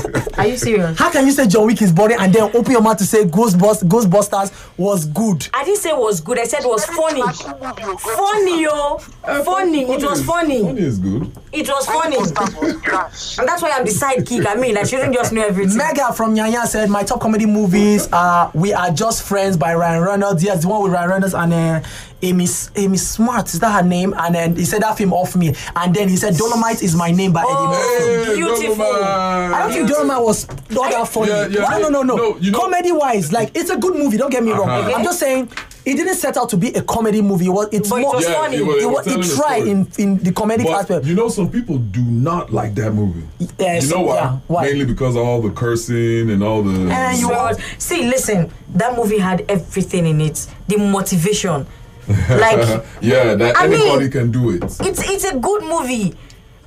[SPEAKER 4] Are you serious?
[SPEAKER 3] How can you say John Wick is boring and then open your mouth to say Ghostbusters, Ghostbusters was good?
[SPEAKER 4] I didn't say it was good. I said it was funny. Funny,
[SPEAKER 5] Funny.
[SPEAKER 4] yo. Eh, Funny. It was
[SPEAKER 6] is-
[SPEAKER 4] funny.
[SPEAKER 6] Funny is good.
[SPEAKER 4] It was funny.
[SPEAKER 5] Trash.
[SPEAKER 4] And that's why I'm the sidekick. I mean, I shouldn't just know everything.
[SPEAKER 3] Mega from Yanya said, My top comedy movies are We Are Just Friends by Ryan Reynolds. Yes, the one with Ryan Reynolds and uh, Amy, S- Amy Smart. Is that her name? And then he said that film off me. And then he said, Dolomite is my name by Eddie Murphy.
[SPEAKER 4] Oh,
[SPEAKER 6] Hey,
[SPEAKER 4] beautiful.
[SPEAKER 6] Dolomite.
[SPEAKER 3] I don't think Dolomite was not that funny.
[SPEAKER 6] Yeah, yeah,
[SPEAKER 3] no,
[SPEAKER 6] yeah.
[SPEAKER 3] no, no, no.
[SPEAKER 6] No, you know-
[SPEAKER 3] comedy wise, like it's a good movie. Don't get me wrong.
[SPEAKER 6] Uh-huh.
[SPEAKER 3] I'm just saying it didn't set out to be a comedy movie. It was, it's
[SPEAKER 4] But it
[SPEAKER 3] more.
[SPEAKER 4] was
[SPEAKER 6] Yeah,
[SPEAKER 4] funny.
[SPEAKER 6] it was-
[SPEAKER 3] It, was,
[SPEAKER 6] telling a
[SPEAKER 3] it tried
[SPEAKER 6] story.
[SPEAKER 3] in, in the comedic aspect.
[SPEAKER 6] But you know, some people do not like that movie.
[SPEAKER 3] Yes,
[SPEAKER 6] you know why?
[SPEAKER 3] yeah, why?
[SPEAKER 6] Mainly because of all the cursing and all the.
[SPEAKER 3] Eh, you-
[SPEAKER 4] Well, See, listen, that movie had everything in it. The motivation. Like,
[SPEAKER 6] yeah, that
[SPEAKER 4] I mean-
[SPEAKER 6] anybody can do it.
[SPEAKER 4] it's it's a good movie.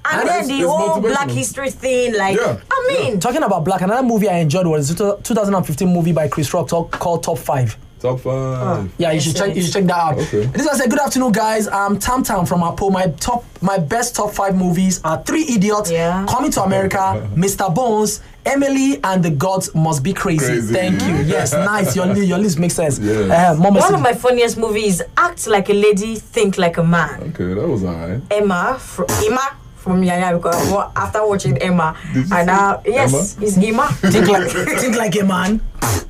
[SPEAKER 4] And
[SPEAKER 6] And
[SPEAKER 4] then
[SPEAKER 6] it's-
[SPEAKER 4] the
[SPEAKER 6] it's
[SPEAKER 4] whole Black
[SPEAKER 6] motivational.
[SPEAKER 4] History thing, like,
[SPEAKER 6] Yeah,
[SPEAKER 4] I mean,
[SPEAKER 3] Talking about black, another movie I enjoyed was the 2015 movie by Chris Rock talk, called Top Five.
[SPEAKER 6] Top five.
[SPEAKER 3] Yeah, you should check. You should check that out.
[SPEAKER 6] Okay.
[SPEAKER 3] This one said, "Good afternoon, guys. I'm Tam Tam from Apo. My top, my best top five movies are Three Idiots,
[SPEAKER 4] Yeah.
[SPEAKER 3] Coming to America, Mr. Bones, Emily, and The Gods Must Be Crazy."
[SPEAKER 6] Crazy.
[SPEAKER 3] Thank you. Yes, nice. Your li- your list makes sense.
[SPEAKER 6] Yes.
[SPEAKER 3] Uh, more
[SPEAKER 4] one
[SPEAKER 3] messages.
[SPEAKER 4] of my funniest movies act like a lady think like a man
[SPEAKER 6] Okay, that was alright.
[SPEAKER 4] emma from emma from yaya because wa- after watching emma
[SPEAKER 6] Did you
[SPEAKER 4] and now
[SPEAKER 6] say
[SPEAKER 4] yes
[SPEAKER 6] Emma?
[SPEAKER 4] it's emma
[SPEAKER 3] think like think like a man.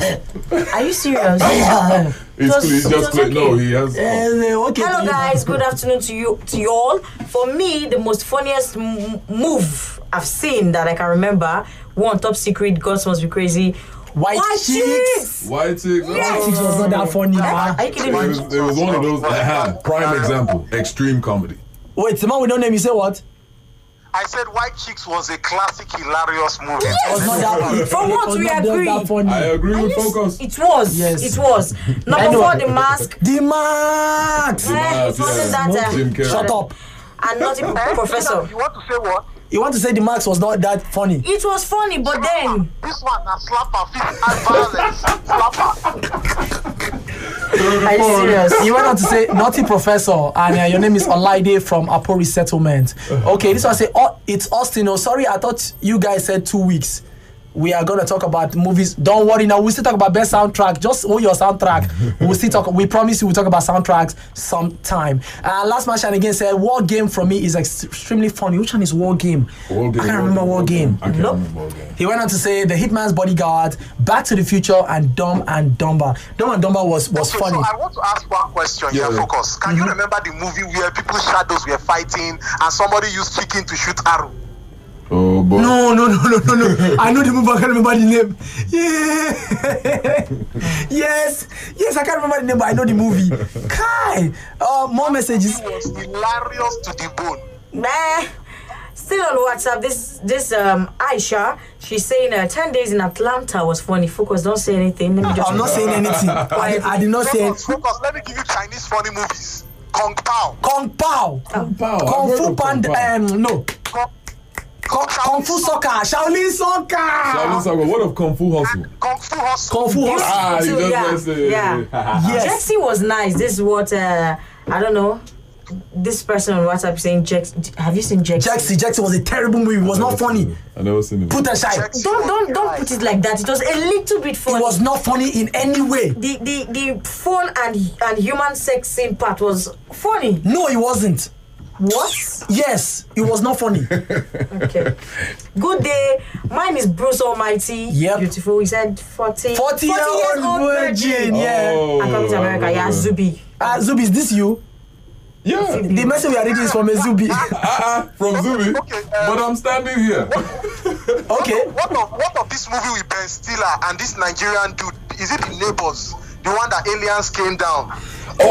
[SPEAKER 4] are you serious
[SPEAKER 6] It's
[SPEAKER 4] Just-
[SPEAKER 6] clear- it's
[SPEAKER 4] just
[SPEAKER 6] just clear-
[SPEAKER 4] okay.
[SPEAKER 6] no, he has. uh,
[SPEAKER 3] Eh, Uh, okay.
[SPEAKER 4] hello guys good afternoon to you to you all for me the most funniest m- move i've seen that i can remember one top secret girls must be crazy
[SPEAKER 3] White chicks.
[SPEAKER 6] White chick. uh,
[SPEAKER 4] Yes.
[SPEAKER 3] It was not that funny, man.
[SPEAKER 4] are you kidding
[SPEAKER 6] It was,
[SPEAKER 4] me
[SPEAKER 6] it was one of those. Aha, prime example. Extreme comedy.
[SPEAKER 3] Wait, the man we don't name. You say what?
[SPEAKER 5] I said White Chicks was a classic, hilarious movie.
[SPEAKER 3] It was not that.
[SPEAKER 4] From
[SPEAKER 3] it
[SPEAKER 4] what
[SPEAKER 3] was
[SPEAKER 4] we
[SPEAKER 3] not that-
[SPEAKER 4] agree.
[SPEAKER 3] that funny.
[SPEAKER 6] I agree
[SPEAKER 4] Hmm. Are
[SPEAKER 6] with
[SPEAKER 4] you s-
[SPEAKER 6] Focus.
[SPEAKER 4] it was
[SPEAKER 3] Yes.
[SPEAKER 4] it was number
[SPEAKER 3] Anyway.
[SPEAKER 4] four the mask
[SPEAKER 3] The Max.
[SPEAKER 4] Eh, it wasn't
[SPEAKER 6] Yeah.
[SPEAKER 4] that uh,
[SPEAKER 6] Jim Carrey.
[SPEAKER 3] Shut up.
[SPEAKER 4] and not even
[SPEAKER 5] Eh,
[SPEAKER 4] professor
[SPEAKER 5] You want to say what?
[SPEAKER 3] You want to say the Max was not that funny?
[SPEAKER 4] It was funny, but then
[SPEAKER 5] This one, a slapper, fist and violence. Slapper.
[SPEAKER 4] are you serious?
[SPEAKER 3] He went on to say, "Naughty Professor," and uh, your name is Olaide from Apori Settlement. Okay, this one say, "Oh, it's Austin." Oh, sorry, I thought you guys said two weeks. We are gonna talk about movies. Don't worry now. We will still talk about best soundtrack. Just hold your soundtrack. We'll still talk. We promise you we'll talk about soundtracks sometime. Uh, last man Shine again said, "War game for me is ex- extremely funny." Which one is War game?
[SPEAKER 6] War game,
[SPEAKER 3] I can't
[SPEAKER 6] war
[SPEAKER 3] remember
[SPEAKER 6] game,
[SPEAKER 3] War
[SPEAKER 6] war
[SPEAKER 3] game.
[SPEAKER 6] I can't
[SPEAKER 4] Nope.
[SPEAKER 6] remember war game.
[SPEAKER 3] He went on to say The Hitman's Bodyguard, Back to the Future, and Dumb and Dumber. Dumb and Dumber was, was
[SPEAKER 5] Okay,
[SPEAKER 3] funny.
[SPEAKER 5] So I want to ask one question
[SPEAKER 6] Yeah.
[SPEAKER 5] here, Focus. Can you remember the movie where people's shadows were fighting and somebody used chicken to shoot arrow?
[SPEAKER 6] Oh boy.
[SPEAKER 3] No, no, no, no, no, no. I know the movie, I can't remember the name. Yeah. yes, yes, I can't remember the name, but I know the movie. Kai! Uh, more messages.
[SPEAKER 5] It was hilarious to the bone.
[SPEAKER 4] Meh. Still on WhatsApp, this this um Aisha, she's saying uh, ten days in Atlanta was funny. Focus, don't say anything. Let me just
[SPEAKER 3] I'm not saying anything. I, I did not say
[SPEAKER 5] Focus, focus. Let me give you Chinese funny movies. Kung Pao.
[SPEAKER 3] Kung Pao.
[SPEAKER 6] Wow, I've
[SPEAKER 3] Kung
[SPEAKER 6] heard
[SPEAKER 3] Fu
[SPEAKER 6] of Kung
[SPEAKER 3] Panda.
[SPEAKER 6] Pao.
[SPEAKER 3] Um, no.
[SPEAKER 5] Kung,
[SPEAKER 3] Kung, Kung Fu Soccer. Shaolin
[SPEAKER 6] Shaolin
[SPEAKER 3] Soccer.
[SPEAKER 6] Soccer, what of Kung Fu Hustle?
[SPEAKER 5] Kung Fu Hustle.
[SPEAKER 3] Kung Fu Hustle.
[SPEAKER 6] Ah, you
[SPEAKER 4] So,
[SPEAKER 6] just
[SPEAKER 4] yeah,
[SPEAKER 6] messed it.
[SPEAKER 4] yeah.
[SPEAKER 3] Yes.
[SPEAKER 4] Jexy was nice. This is what uh I don't know. This person on WhatsApp saying Jex have you seen Jexy?
[SPEAKER 3] Jackson, Jackson was a terrible movie. It was not funny.
[SPEAKER 6] I never seen it.
[SPEAKER 3] Put aside.
[SPEAKER 5] Jackson.
[SPEAKER 4] Don't don't don't put it like that. It was a little bit funny.
[SPEAKER 3] It was not funny in any way.
[SPEAKER 4] the, the the phone and and human sex scene part was funny.
[SPEAKER 3] No, it wasn't.
[SPEAKER 4] What?
[SPEAKER 3] Yes, it was not funny.
[SPEAKER 4] Okay. Good day. Mine is Bruce Almighty.
[SPEAKER 3] Yep.
[SPEAKER 4] Beautiful. He said 40.
[SPEAKER 3] 40 year old virgin. Yeah. Oh,
[SPEAKER 6] Oh,
[SPEAKER 4] I come to America. Yeah, Zubi.
[SPEAKER 3] Uh, Zubi, is this you?
[SPEAKER 6] Yeah.
[SPEAKER 3] The message we are reading is from Ezubi.
[SPEAKER 6] Uh-uh, from Zubi.
[SPEAKER 5] okay, uh,
[SPEAKER 6] but I'm standing here.
[SPEAKER 3] Okay.
[SPEAKER 5] What of what of this movie with Ben Stiller and this Nigerian dude? Is it the neighbors? The one that aliens came down.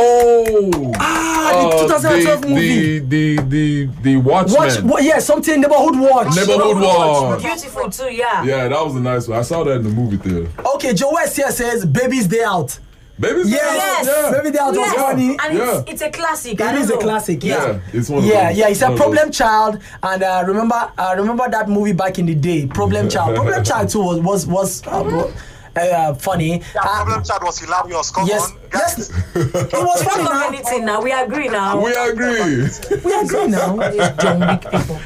[SPEAKER 6] oh.
[SPEAKER 3] Ah, the 2012
[SPEAKER 6] the,
[SPEAKER 3] movie.
[SPEAKER 6] The, the, the, the Watchmen.
[SPEAKER 3] Watch, what, yeah, something neighborhood watch.
[SPEAKER 6] Neighborhood Watch.
[SPEAKER 4] Beautiful too, yeah.
[SPEAKER 6] Yeah, that was a nice one. I saw that in the movie theater.
[SPEAKER 3] Okay, Joe West here says Baby's Day Out.
[SPEAKER 6] Baby's
[SPEAKER 3] Yes,
[SPEAKER 6] Yeah.
[SPEAKER 3] Baby Day Out
[SPEAKER 4] Yes,
[SPEAKER 3] was funny.
[SPEAKER 4] and it's,
[SPEAKER 6] Yeah.
[SPEAKER 4] it's a classic. I
[SPEAKER 3] It
[SPEAKER 4] don't
[SPEAKER 3] is a
[SPEAKER 4] know.
[SPEAKER 3] classic, yeah.
[SPEAKER 6] Yeah, it's one of
[SPEAKER 3] yeah,
[SPEAKER 6] those.
[SPEAKER 3] yeah, it's a
[SPEAKER 6] One of those.
[SPEAKER 3] problem child, and uh, remember, uh, remember that movie back in the day, Problem Child. Problem Child too was was was uh, bro-
[SPEAKER 6] Mm-hmm.
[SPEAKER 3] uh, funny. Uh,
[SPEAKER 5] That problem child was hilarious. Come
[SPEAKER 3] yes,
[SPEAKER 5] on.
[SPEAKER 3] yes, it was funny.
[SPEAKER 4] Come
[SPEAKER 3] Now.
[SPEAKER 4] anything now. We agree now.
[SPEAKER 6] We agree.
[SPEAKER 3] We agree now.
[SPEAKER 4] These John Wick people.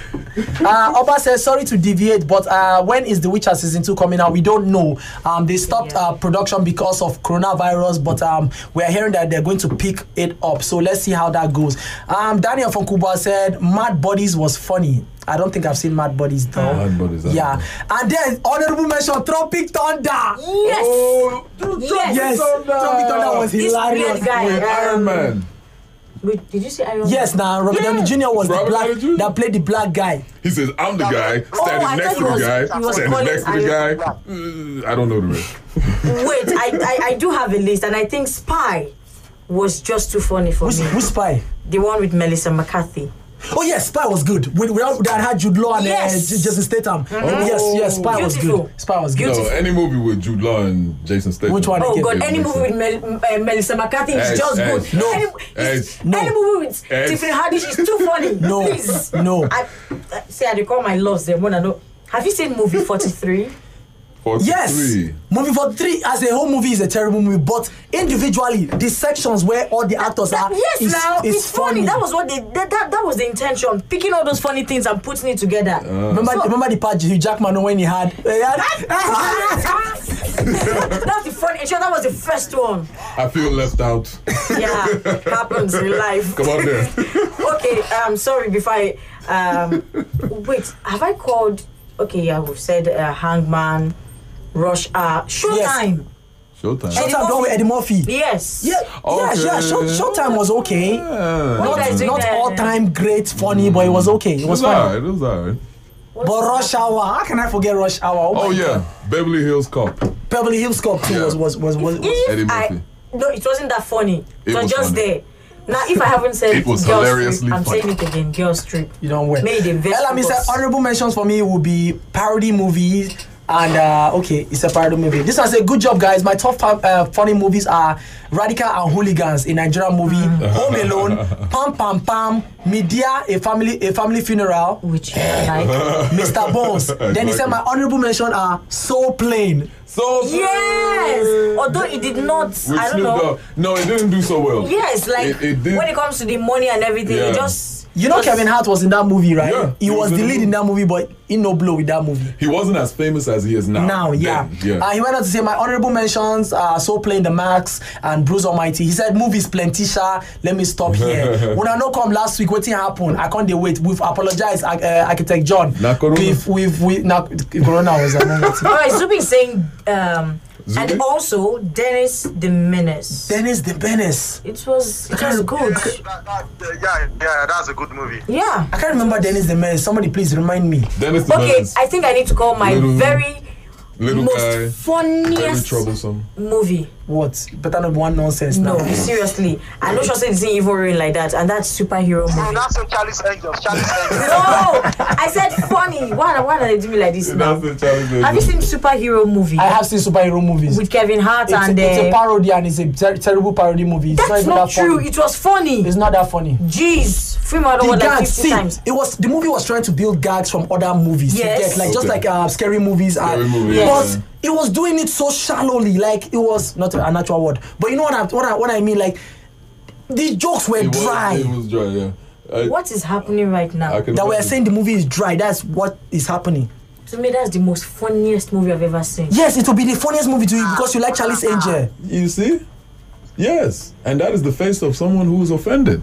[SPEAKER 3] Uh, Oba says sorry to deviate, but uh, when is The Witcher season two coming out? We don't know. Um, they stopped
[SPEAKER 4] Yeah.
[SPEAKER 3] uh, production because of coronavirus, but um, we are hearing that they're going to pick it up. So let's see how that goes. Um, Daniel from Cuba said Mad Bodies was funny. I don't think I've seen Mad Bodies though.
[SPEAKER 6] Mad Bodies, I
[SPEAKER 3] yeah.
[SPEAKER 6] don't know.
[SPEAKER 3] And then honorable mention Tropic Thunder.
[SPEAKER 4] Yes.
[SPEAKER 6] Oh,
[SPEAKER 4] Yes.
[SPEAKER 3] Yes,
[SPEAKER 6] Thunder.
[SPEAKER 3] Tropic Thunder was
[SPEAKER 6] This
[SPEAKER 3] hilarious.
[SPEAKER 4] weird guy.
[SPEAKER 6] with Iron Man.
[SPEAKER 4] Wait, did you say Iron Man?
[SPEAKER 3] Yes, now Robert
[SPEAKER 6] Yeah.
[SPEAKER 3] Downey Jr. was
[SPEAKER 6] Robert
[SPEAKER 3] the
[SPEAKER 6] Downey
[SPEAKER 3] black
[SPEAKER 6] Jr.
[SPEAKER 3] that played the black guy.
[SPEAKER 6] He says, I'm the
[SPEAKER 5] Oh,
[SPEAKER 6] guy standing
[SPEAKER 4] I thought
[SPEAKER 6] next to the
[SPEAKER 4] he was-
[SPEAKER 6] guy,
[SPEAKER 4] he was
[SPEAKER 6] standing
[SPEAKER 4] calling
[SPEAKER 6] next to the guy.
[SPEAKER 4] Iron-
[SPEAKER 6] Uh, I don't know the rest.
[SPEAKER 4] Wait, I, I I do have a list, and I think Spy was just too funny for
[SPEAKER 3] Who's,
[SPEAKER 4] me.
[SPEAKER 3] who's spy?
[SPEAKER 4] The one with Melissa McCarthy.
[SPEAKER 3] Oh yes, Spy was good. We, we had, that had Jude Law and uh,
[SPEAKER 4] Yes. Mm-hmm.
[SPEAKER 3] J- Jason Statham. Oh, Yes, yes, Spy was
[SPEAKER 4] Beautiful.
[SPEAKER 3] good. Spy was good.
[SPEAKER 6] No, any movie with Jude Law and Jason Statham.
[SPEAKER 3] Which one?
[SPEAKER 4] Oh
[SPEAKER 3] Yeah,
[SPEAKER 4] God!
[SPEAKER 6] yeah,
[SPEAKER 4] Any
[SPEAKER 6] yeah.
[SPEAKER 4] movie with Mel, uh, Melissa McCarthy is
[SPEAKER 6] Yes,
[SPEAKER 4] just
[SPEAKER 6] yes.
[SPEAKER 4] good.
[SPEAKER 6] No.
[SPEAKER 4] Any,
[SPEAKER 6] Yes.
[SPEAKER 4] no. any
[SPEAKER 6] No.
[SPEAKER 4] movie with
[SPEAKER 6] Yes.
[SPEAKER 4] Tiffany Haddish is too funny.
[SPEAKER 3] No.
[SPEAKER 4] Please.
[SPEAKER 3] No.
[SPEAKER 4] I, I say I recall my loves them when I know. Have you seen movie Forty Three?
[SPEAKER 3] Yes,
[SPEAKER 6] 43.
[SPEAKER 3] movie for three as a whole movie is a terrible movie, but individually the sections where all the actors are
[SPEAKER 4] Yes,
[SPEAKER 3] is,
[SPEAKER 4] now
[SPEAKER 3] is
[SPEAKER 4] it's funny. That was what they that, that that was the intention. Picking all those funny things and putting it together.
[SPEAKER 3] remember remember the part Hugh Jackman when he had, uh, he had
[SPEAKER 4] That's the funny. Sure, that was the first one.
[SPEAKER 6] I feel left out.
[SPEAKER 4] Yeah, happens in life.
[SPEAKER 6] Come on there.
[SPEAKER 4] okay, um, sorry. Before I, um, wait, have I called? Okay, yeah, we've said uh, Hangman, Rush Hour, Showtime.
[SPEAKER 6] Showtime.
[SPEAKER 3] Showtime done with Eddie Murphy.
[SPEAKER 4] Yes.
[SPEAKER 3] Yeah,
[SPEAKER 6] Okay.
[SPEAKER 3] yes, yeah. Show, Showtime was okay.
[SPEAKER 6] Yeah.
[SPEAKER 4] guys
[SPEAKER 3] Not,
[SPEAKER 4] doing
[SPEAKER 3] not
[SPEAKER 4] that?
[SPEAKER 3] all time great, funny, but it was okay. It
[SPEAKER 6] It
[SPEAKER 3] was
[SPEAKER 6] was
[SPEAKER 3] funny.
[SPEAKER 6] alright. It was alright.
[SPEAKER 3] But Rush Hour, how can I forget Rush Hour? my
[SPEAKER 6] Oh yeah, Beverly Hills Cop.
[SPEAKER 3] Beverly Hills Cop too
[SPEAKER 6] Yeah.
[SPEAKER 3] was was was, was, was
[SPEAKER 4] If
[SPEAKER 6] Eddie
[SPEAKER 4] I,
[SPEAKER 6] Murphy.
[SPEAKER 4] no, it wasn't that funny. It,
[SPEAKER 6] It
[SPEAKER 4] was,
[SPEAKER 6] was
[SPEAKER 4] just
[SPEAKER 6] funny.
[SPEAKER 4] there. Now, if I haven't said
[SPEAKER 6] It was
[SPEAKER 4] girl
[SPEAKER 6] hilariously
[SPEAKER 4] strip, I'm
[SPEAKER 6] funny.
[SPEAKER 4] saying it again. Girl strip.
[SPEAKER 3] you don't wear.
[SPEAKER 4] Made a very
[SPEAKER 3] Ella, Mr. Honorable mentions for me would be parody movies and uh, okay, it's a parody movie. This one say good job, guys. My top five uh, funny movies are Radical and Hooligans, a Nigerian movie, Home Alone, Pam Pam Pam, Media, a family a family funeral,
[SPEAKER 4] Which I like.
[SPEAKER 3] Mr. Bones. Then he said
[SPEAKER 6] Exactly.
[SPEAKER 3] my honorable mention are So Plain.
[SPEAKER 6] So
[SPEAKER 4] yes. Although it did not.
[SPEAKER 6] With
[SPEAKER 4] I don't
[SPEAKER 6] Snoop
[SPEAKER 4] know.
[SPEAKER 6] Dogg. No, it didn't do so well.
[SPEAKER 4] Yes, like
[SPEAKER 6] it, it did.
[SPEAKER 4] when it comes to the money and everything,
[SPEAKER 6] Yeah.
[SPEAKER 4] it just
[SPEAKER 3] You know
[SPEAKER 4] just-
[SPEAKER 3] Kevin Hart was in that movie, right?
[SPEAKER 6] Yeah,
[SPEAKER 3] he, was, the lead in that movie, but he no blow with that movie.
[SPEAKER 6] he wasn't as famous as he is now.
[SPEAKER 3] now, yeah.
[SPEAKER 6] Then, yeah.
[SPEAKER 3] Uh, he went on to say, My honorable mentions are So Playing the Max and Bruce Almighty. He said, Movies plenty, sha. Let me stop here. when I no come last week, what thing happened? I can't dey wait. We've apologized, Ar- uh, Architect John.
[SPEAKER 6] Na corona.
[SPEAKER 3] We've, we've, we, na, corona was another thing.
[SPEAKER 4] All right, Zubi is saying, um,
[SPEAKER 6] Zubi?
[SPEAKER 4] and also Dennis the Menace.
[SPEAKER 3] Dennis the Menace.
[SPEAKER 4] it was it was good.
[SPEAKER 5] That, that, uh, yeah, yeah, that's a good movie.
[SPEAKER 4] Yeah.
[SPEAKER 3] I can't remember Dennis the Menace. Somebody please remind me.
[SPEAKER 6] Dennis the
[SPEAKER 4] Okay,
[SPEAKER 6] Menace,
[SPEAKER 4] I think I need to call my
[SPEAKER 6] Little-
[SPEAKER 4] very
[SPEAKER 6] little
[SPEAKER 4] most
[SPEAKER 6] guy, very
[SPEAKER 4] funniest
[SPEAKER 6] troublesome.
[SPEAKER 4] movie.
[SPEAKER 3] What? Better not one nonsense
[SPEAKER 4] No,
[SPEAKER 3] now.
[SPEAKER 4] seriously, I know she said it's even real like that, and that's superhero
[SPEAKER 5] Oh,
[SPEAKER 4] movie.
[SPEAKER 5] that's a Charlie's Angels. Charlie's Angels.
[SPEAKER 4] No, I said funny. Why, why are they doing me like this now?
[SPEAKER 6] That's the challenge.
[SPEAKER 4] Have you seen superhero movie
[SPEAKER 3] I have seen superhero movies.
[SPEAKER 4] with Kevin Hart
[SPEAKER 3] it's,
[SPEAKER 4] and
[SPEAKER 3] it's a
[SPEAKER 4] uh,
[SPEAKER 3] parody and it's a ter- terrible parody movie. It's
[SPEAKER 4] That's
[SPEAKER 3] even
[SPEAKER 4] not
[SPEAKER 3] that
[SPEAKER 4] true.
[SPEAKER 3] funny.
[SPEAKER 4] It was funny.
[SPEAKER 3] It's not that funny.
[SPEAKER 4] Jeez, film I don't
[SPEAKER 3] the
[SPEAKER 4] want like
[SPEAKER 3] gags.
[SPEAKER 4] 50
[SPEAKER 3] See,
[SPEAKER 4] times.
[SPEAKER 3] it was the movie was trying to build gags from other movies.
[SPEAKER 4] Yes.
[SPEAKER 3] You get, like just
[SPEAKER 6] Okay.
[SPEAKER 3] like uh, scary movies. and-
[SPEAKER 6] Scary movies,
[SPEAKER 4] Yes.
[SPEAKER 3] But it was doing it so shallowly. Like it was not a natural word, but you know what I what I, what I mean. Like the jokes were
[SPEAKER 6] It was,
[SPEAKER 3] dry.
[SPEAKER 6] It was dry. Yeah. I,
[SPEAKER 4] What is happening right now?
[SPEAKER 6] I can
[SPEAKER 3] that we are
[SPEAKER 6] imagine.
[SPEAKER 3] saying the movie is dry. That's what is happening.
[SPEAKER 4] To me, that's the most funniest movie I've ever seen.
[SPEAKER 3] Yes, it will be the funniest movie to you because you like Charlie's Angel.
[SPEAKER 6] You see? Yes. And that is the face of someone who is offended.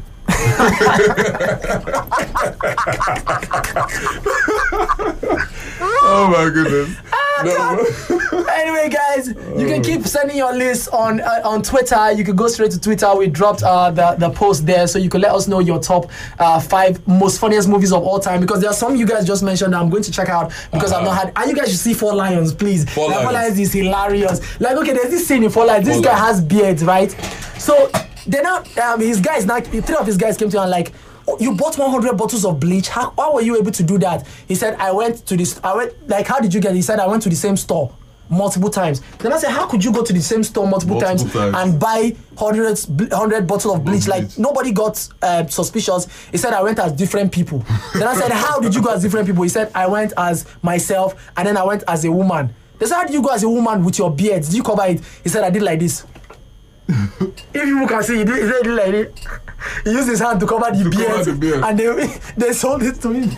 [SPEAKER 6] oh my goodness. No.
[SPEAKER 3] Anyway, guys, you can keep sending your list on uh, on Twitter. You can go straight to Twitter. We dropped uh, the the post there, so you can let us know your top uh, five most funniest movies of all time. Because there are some you guys just mentioned that I'm going to check out because I've not had. And you guys should see Four Lions, please.
[SPEAKER 6] Uh-huh. Four
[SPEAKER 3] Like, Four
[SPEAKER 6] Lions.
[SPEAKER 3] Lions is hilarious. Like, okay, there's this scene in Four Lions. This
[SPEAKER 6] Four
[SPEAKER 3] guy
[SPEAKER 6] Lions.
[SPEAKER 3] has beard, right? So then now um, his guys now three of his guys came to him and like. "Oh, You bought 100 bottles of bleach. How, how were you able to do that? He said, I went to this. I went like, how did you get? it?" He said, I went to the same store multiple times. Then I said, how could you go to the same store multiple,
[SPEAKER 6] Multiple
[SPEAKER 3] times,
[SPEAKER 6] times.
[SPEAKER 3] and buy hundreds, bl- 100 bottles of bleach? Like
[SPEAKER 6] bleach.
[SPEAKER 3] nobody got uh, suspicious. He said, I went as different people. then I said, how did you go as different people? He said, I went as myself, and then I went as a woman. They said, how did you go as a woman with your beard? Did you cover it? He said, I did like this. if people can see, he did, he said he did like this. He used his hand to cover the,
[SPEAKER 6] cover
[SPEAKER 3] beard,
[SPEAKER 6] the beard.
[SPEAKER 3] and they they sold it to me.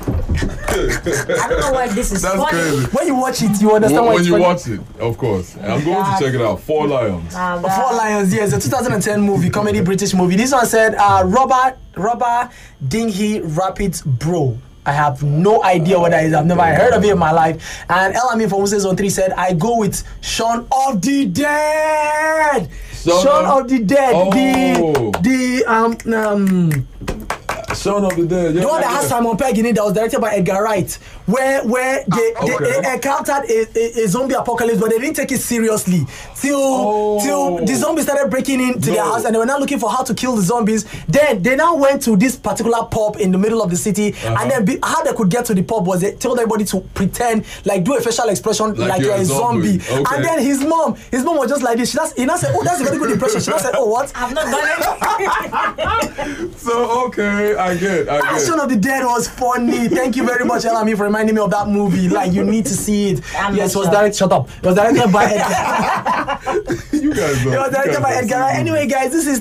[SPEAKER 4] I don't know why this is
[SPEAKER 6] That's
[SPEAKER 4] funny.
[SPEAKER 6] crazy.
[SPEAKER 3] When you watch it, you understand
[SPEAKER 6] When,
[SPEAKER 3] why
[SPEAKER 6] when
[SPEAKER 3] it's
[SPEAKER 6] you
[SPEAKER 3] funny.
[SPEAKER 6] watch it, of course. I'm going to check it out. Four Lions.
[SPEAKER 4] Ah,
[SPEAKER 3] The Four
[SPEAKER 4] that-
[SPEAKER 3] Lions, yes, a 2010 movie, comedy British movie. This one said, uh, Robert, Robert Dinghy Rapids Bro. I have no idea what that is. I've never heard of it in my life. And El Amin from Moses on 3 said, I go with Shaun of the Dead. Shaun,
[SPEAKER 6] Shaun
[SPEAKER 3] of,
[SPEAKER 6] of-
[SPEAKER 3] the Dead.
[SPEAKER 6] Oh.
[SPEAKER 3] The, the, um, um,
[SPEAKER 6] Shaun of the Dead. Yeah,
[SPEAKER 3] the one
[SPEAKER 6] yeah,
[SPEAKER 3] that has
[SPEAKER 6] yeah.
[SPEAKER 3] Simon Pegg in it that was directed by Edgar Wright, where where they, they,
[SPEAKER 6] Ah, okay.
[SPEAKER 3] they encountered a, a, a zombie apocalypse, but they didn't take it seriously till
[SPEAKER 6] Oh.
[SPEAKER 3] till the zombies started breaking into their
[SPEAKER 6] No.
[SPEAKER 3] house and they were now looking for how to kill the zombies. Then they now went to this particular pub in the middle of the city,
[SPEAKER 6] Uh-huh.
[SPEAKER 3] and then be, how they could get to the pub was they told everybody to pretend like do a facial expression like, you're a zombie,
[SPEAKER 6] Okay.
[SPEAKER 3] and then his mom, his mom was just like this. She just, he now said, "Oh, that's a very good impression." She now said, "Oh, what?"
[SPEAKER 4] I've not done it.
[SPEAKER 6] So okay, I get,
[SPEAKER 3] Ah,
[SPEAKER 6] I get.
[SPEAKER 3] Passion of the Dead was funny. Thank you very much, Elami, for reminding me of that movie. Like, you need to see it.
[SPEAKER 4] I'm
[SPEAKER 3] yes, it
[SPEAKER 4] not
[SPEAKER 3] was
[SPEAKER 4] sure.
[SPEAKER 3] directed. Shut up. It was directed by Edgar.
[SPEAKER 6] you guys.
[SPEAKER 3] it was directed by Edgar. Wright. Anyway, guys, this is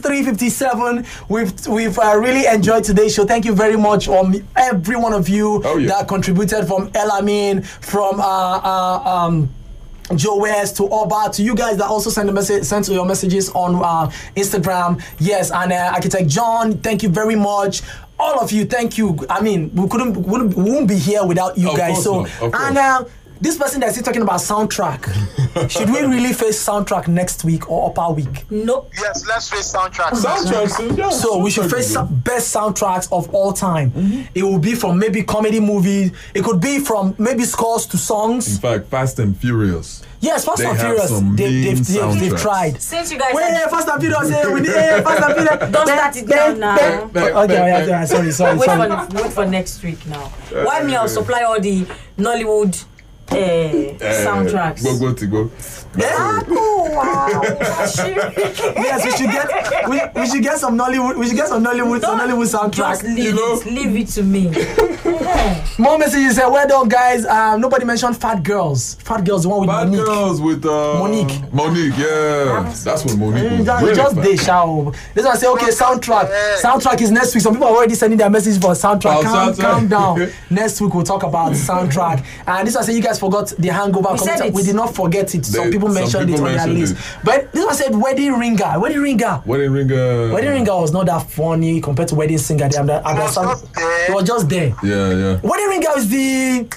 [SPEAKER 3] 357. We've we've uh, really enjoyed today's show. Thank you very much, um, every one of you
[SPEAKER 6] Oh, yeah.
[SPEAKER 3] that contributed from Elamin, from uh, uh um. Joe West to Oba to you guys that also send a message sent your messages on uh, Instagram. Yes, and uh, Architect John, thank you very much. All of you, thank you. I mean, we couldn't wouldn't, wouldn't be here without you
[SPEAKER 6] Of
[SPEAKER 3] guys.
[SPEAKER 6] course
[SPEAKER 3] So
[SPEAKER 6] not, of course.
[SPEAKER 3] and uh, this person that's still talking about soundtrack. Should we really face soundtrack next week or upper week?
[SPEAKER 4] nope.
[SPEAKER 5] Yes, let's face soundtrack.
[SPEAKER 6] Soundtracks, yeah.
[SPEAKER 3] So we should
[SPEAKER 6] soundtracks
[SPEAKER 3] face
[SPEAKER 6] is
[SPEAKER 3] some
[SPEAKER 6] good.
[SPEAKER 3] best soundtracks of all time.
[SPEAKER 6] Mm-hmm.
[SPEAKER 3] It will be from maybe comedy movies. It could be from maybe scores to
[SPEAKER 6] In
[SPEAKER 3] songs.
[SPEAKER 6] fact, Fast and Furious.
[SPEAKER 3] Yes, Fast
[SPEAKER 6] They
[SPEAKER 3] and
[SPEAKER 6] have
[SPEAKER 3] Furious.
[SPEAKER 6] some
[SPEAKER 3] They,
[SPEAKER 6] mean
[SPEAKER 3] they've, they've, they've
[SPEAKER 6] soundtracks.
[SPEAKER 3] tried.
[SPEAKER 4] Since you guys
[SPEAKER 3] Wait,
[SPEAKER 4] are
[SPEAKER 3] hey, Fast and Furious. Hey, we need hey, Fast and Furious.
[SPEAKER 4] Don't start it
[SPEAKER 3] Ben,
[SPEAKER 4] now,
[SPEAKER 3] Ben,
[SPEAKER 4] now.
[SPEAKER 3] Ben. Okay, yeah, yeah, yeah, sorry, sorry,
[SPEAKER 4] Wait
[SPEAKER 3] sorry.
[SPEAKER 4] for, wait for next week now. Why me? I'll supply all the Nollywood uh,
[SPEAKER 6] Eh,
[SPEAKER 4] soundtracks.
[SPEAKER 6] Go go to go.
[SPEAKER 3] Yes, we should get we, we should get some Nollywood we should get some Nollywood some Nollywood soundtrack.
[SPEAKER 4] Just leave,
[SPEAKER 6] you know?
[SPEAKER 4] it, leave it to me.
[SPEAKER 3] More messages say, well done, guys. Um, nobody mentioned fat girls. Fat girls, the one with
[SPEAKER 6] Bad
[SPEAKER 3] Monique.
[SPEAKER 6] girls with uh,
[SPEAKER 3] Monique.
[SPEAKER 6] Monique, yeah, that's what Monique
[SPEAKER 3] Mm,
[SPEAKER 6] was.
[SPEAKER 3] that-
[SPEAKER 6] really
[SPEAKER 3] just
[SPEAKER 6] fat.
[SPEAKER 3] they shall. This one say, okay, soundtrack. Soundtrack is next week. Some people are already sending their message for soundtrack.
[SPEAKER 6] Oh,
[SPEAKER 3] Calm,
[SPEAKER 6] soundtrack.
[SPEAKER 3] calm down. next week we'll talk about soundtrack. And this one say, you guys forgot the hangover.
[SPEAKER 4] We said
[SPEAKER 3] Computer-
[SPEAKER 4] it.
[SPEAKER 3] we did not forget it. some
[SPEAKER 6] They-
[SPEAKER 3] people
[SPEAKER 6] some
[SPEAKER 3] mentioned
[SPEAKER 6] people
[SPEAKER 3] it on their list.
[SPEAKER 6] mentioned it.
[SPEAKER 3] But this one said, wedding ringer. Wedding ringer.
[SPEAKER 6] Wedding ringer.
[SPEAKER 3] Wedding ringer was not that funny compared to wedding singer. They under- understand-
[SPEAKER 5] just there.
[SPEAKER 3] It was just there.
[SPEAKER 6] Yeah, yeah.
[SPEAKER 3] Wedding ringer is the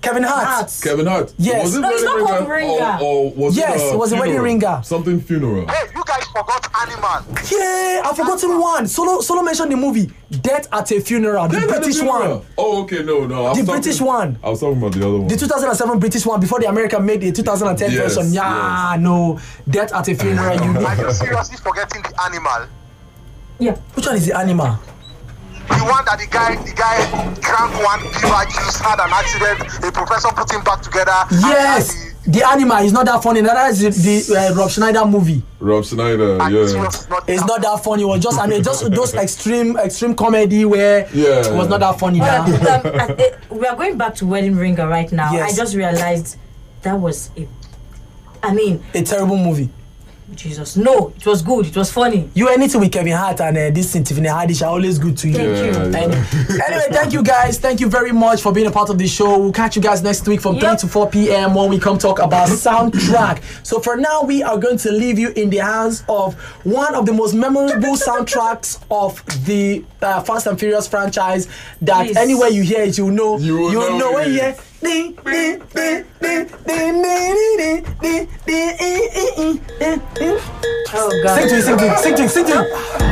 [SPEAKER 3] Kevin Hart.
[SPEAKER 4] Hearts.
[SPEAKER 6] Kevin Hart.
[SPEAKER 3] Yes.
[SPEAKER 6] Was it
[SPEAKER 4] No, it's
[SPEAKER 6] wedding
[SPEAKER 4] not called
[SPEAKER 6] ringer?
[SPEAKER 4] ringer.
[SPEAKER 6] Or, or was
[SPEAKER 3] Yes,
[SPEAKER 6] it, uh,
[SPEAKER 3] it was a wedding
[SPEAKER 6] funeral?
[SPEAKER 3] ringer.
[SPEAKER 6] Something funeral.
[SPEAKER 5] Hey, you guys forgot Animal.
[SPEAKER 3] Yeah, I've forgotten one. Solo Solo mentioned the movie Death at a Funeral, the
[SPEAKER 6] Yeah, that's a
[SPEAKER 3] British
[SPEAKER 6] funeral.
[SPEAKER 3] one.
[SPEAKER 6] Oh, okay, no, no. I was
[SPEAKER 3] The
[SPEAKER 6] talking-
[SPEAKER 3] British one.
[SPEAKER 6] I was talking about the other one.
[SPEAKER 3] The 2007 British one before the American made the 2010
[SPEAKER 6] Yes,
[SPEAKER 3] version. Yeah,
[SPEAKER 6] yes.
[SPEAKER 3] no. Death at a Funeral. You
[SPEAKER 5] Are
[SPEAKER 3] need.
[SPEAKER 5] you seriously forgetting the Animal?
[SPEAKER 4] Yeah.
[SPEAKER 3] Which one is the animal?
[SPEAKER 5] The one that the guy, the guy drank one beaver juice, had an accident. A professor put him back together. and-
[SPEAKER 3] Yes,
[SPEAKER 5] and
[SPEAKER 3] the animal is not that funny. That is the, the uh, Rob Schneider movie.
[SPEAKER 6] Rob Schneider,
[SPEAKER 5] the- and it
[SPEAKER 6] yeah.
[SPEAKER 5] was not-
[SPEAKER 3] It's not that funny. It was just I mean just those extreme extreme comedy where
[SPEAKER 6] Yeah.
[SPEAKER 3] it was not that funny.
[SPEAKER 4] All
[SPEAKER 3] nah.
[SPEAKER 4] right, um, I- eh, we are going back to wedding ringer right now.
[SPEAKER 3] Yes.
[SPEAKER 4] I just realized that was a. I mean,
[SPEAKER 3] A terrible movie.
[SPEAKER 4] Jesus. No, it was good. It was funny.
[SPEAKER 3] You anything with Kevin Hart and uh, this thing, Tiffany Haddish are always good to you.
[SPEAKER 4] Thank you.
[SPEAKER 6] Yeah,
[SPEAKER 3] And anyway, thank you guys. Thank you very much for being a part of the show. We'll catch you guys next week from 3
[SPEAKER 4] Yep.
[SPEAKER 3] to 4 p.m. when we come talk about soundtrack. So for now, we are going to leave you in the hands of one of the most memorable soundtracks of the uh, Fast and Furious franchise. That
[SPEAKER 4] Please.
[SPEAKER 3] anywhere you hear it, you know.
[SPEAKER 6] You will
[SPEAKER 3] you'll
[SPEAKER 6] know
[SPEAKER 3] know it.
[SPEAKER 6] it.
[SPEAKER 3] Yeah. Ding, ding, ding, ding, ding, ding, ding, ding, ding, ding, ding, ding, ding.
[SPEAKER 4] Oh God.
[SPEAKER 3] Sing to it, sing to it, sing to it, sing to it.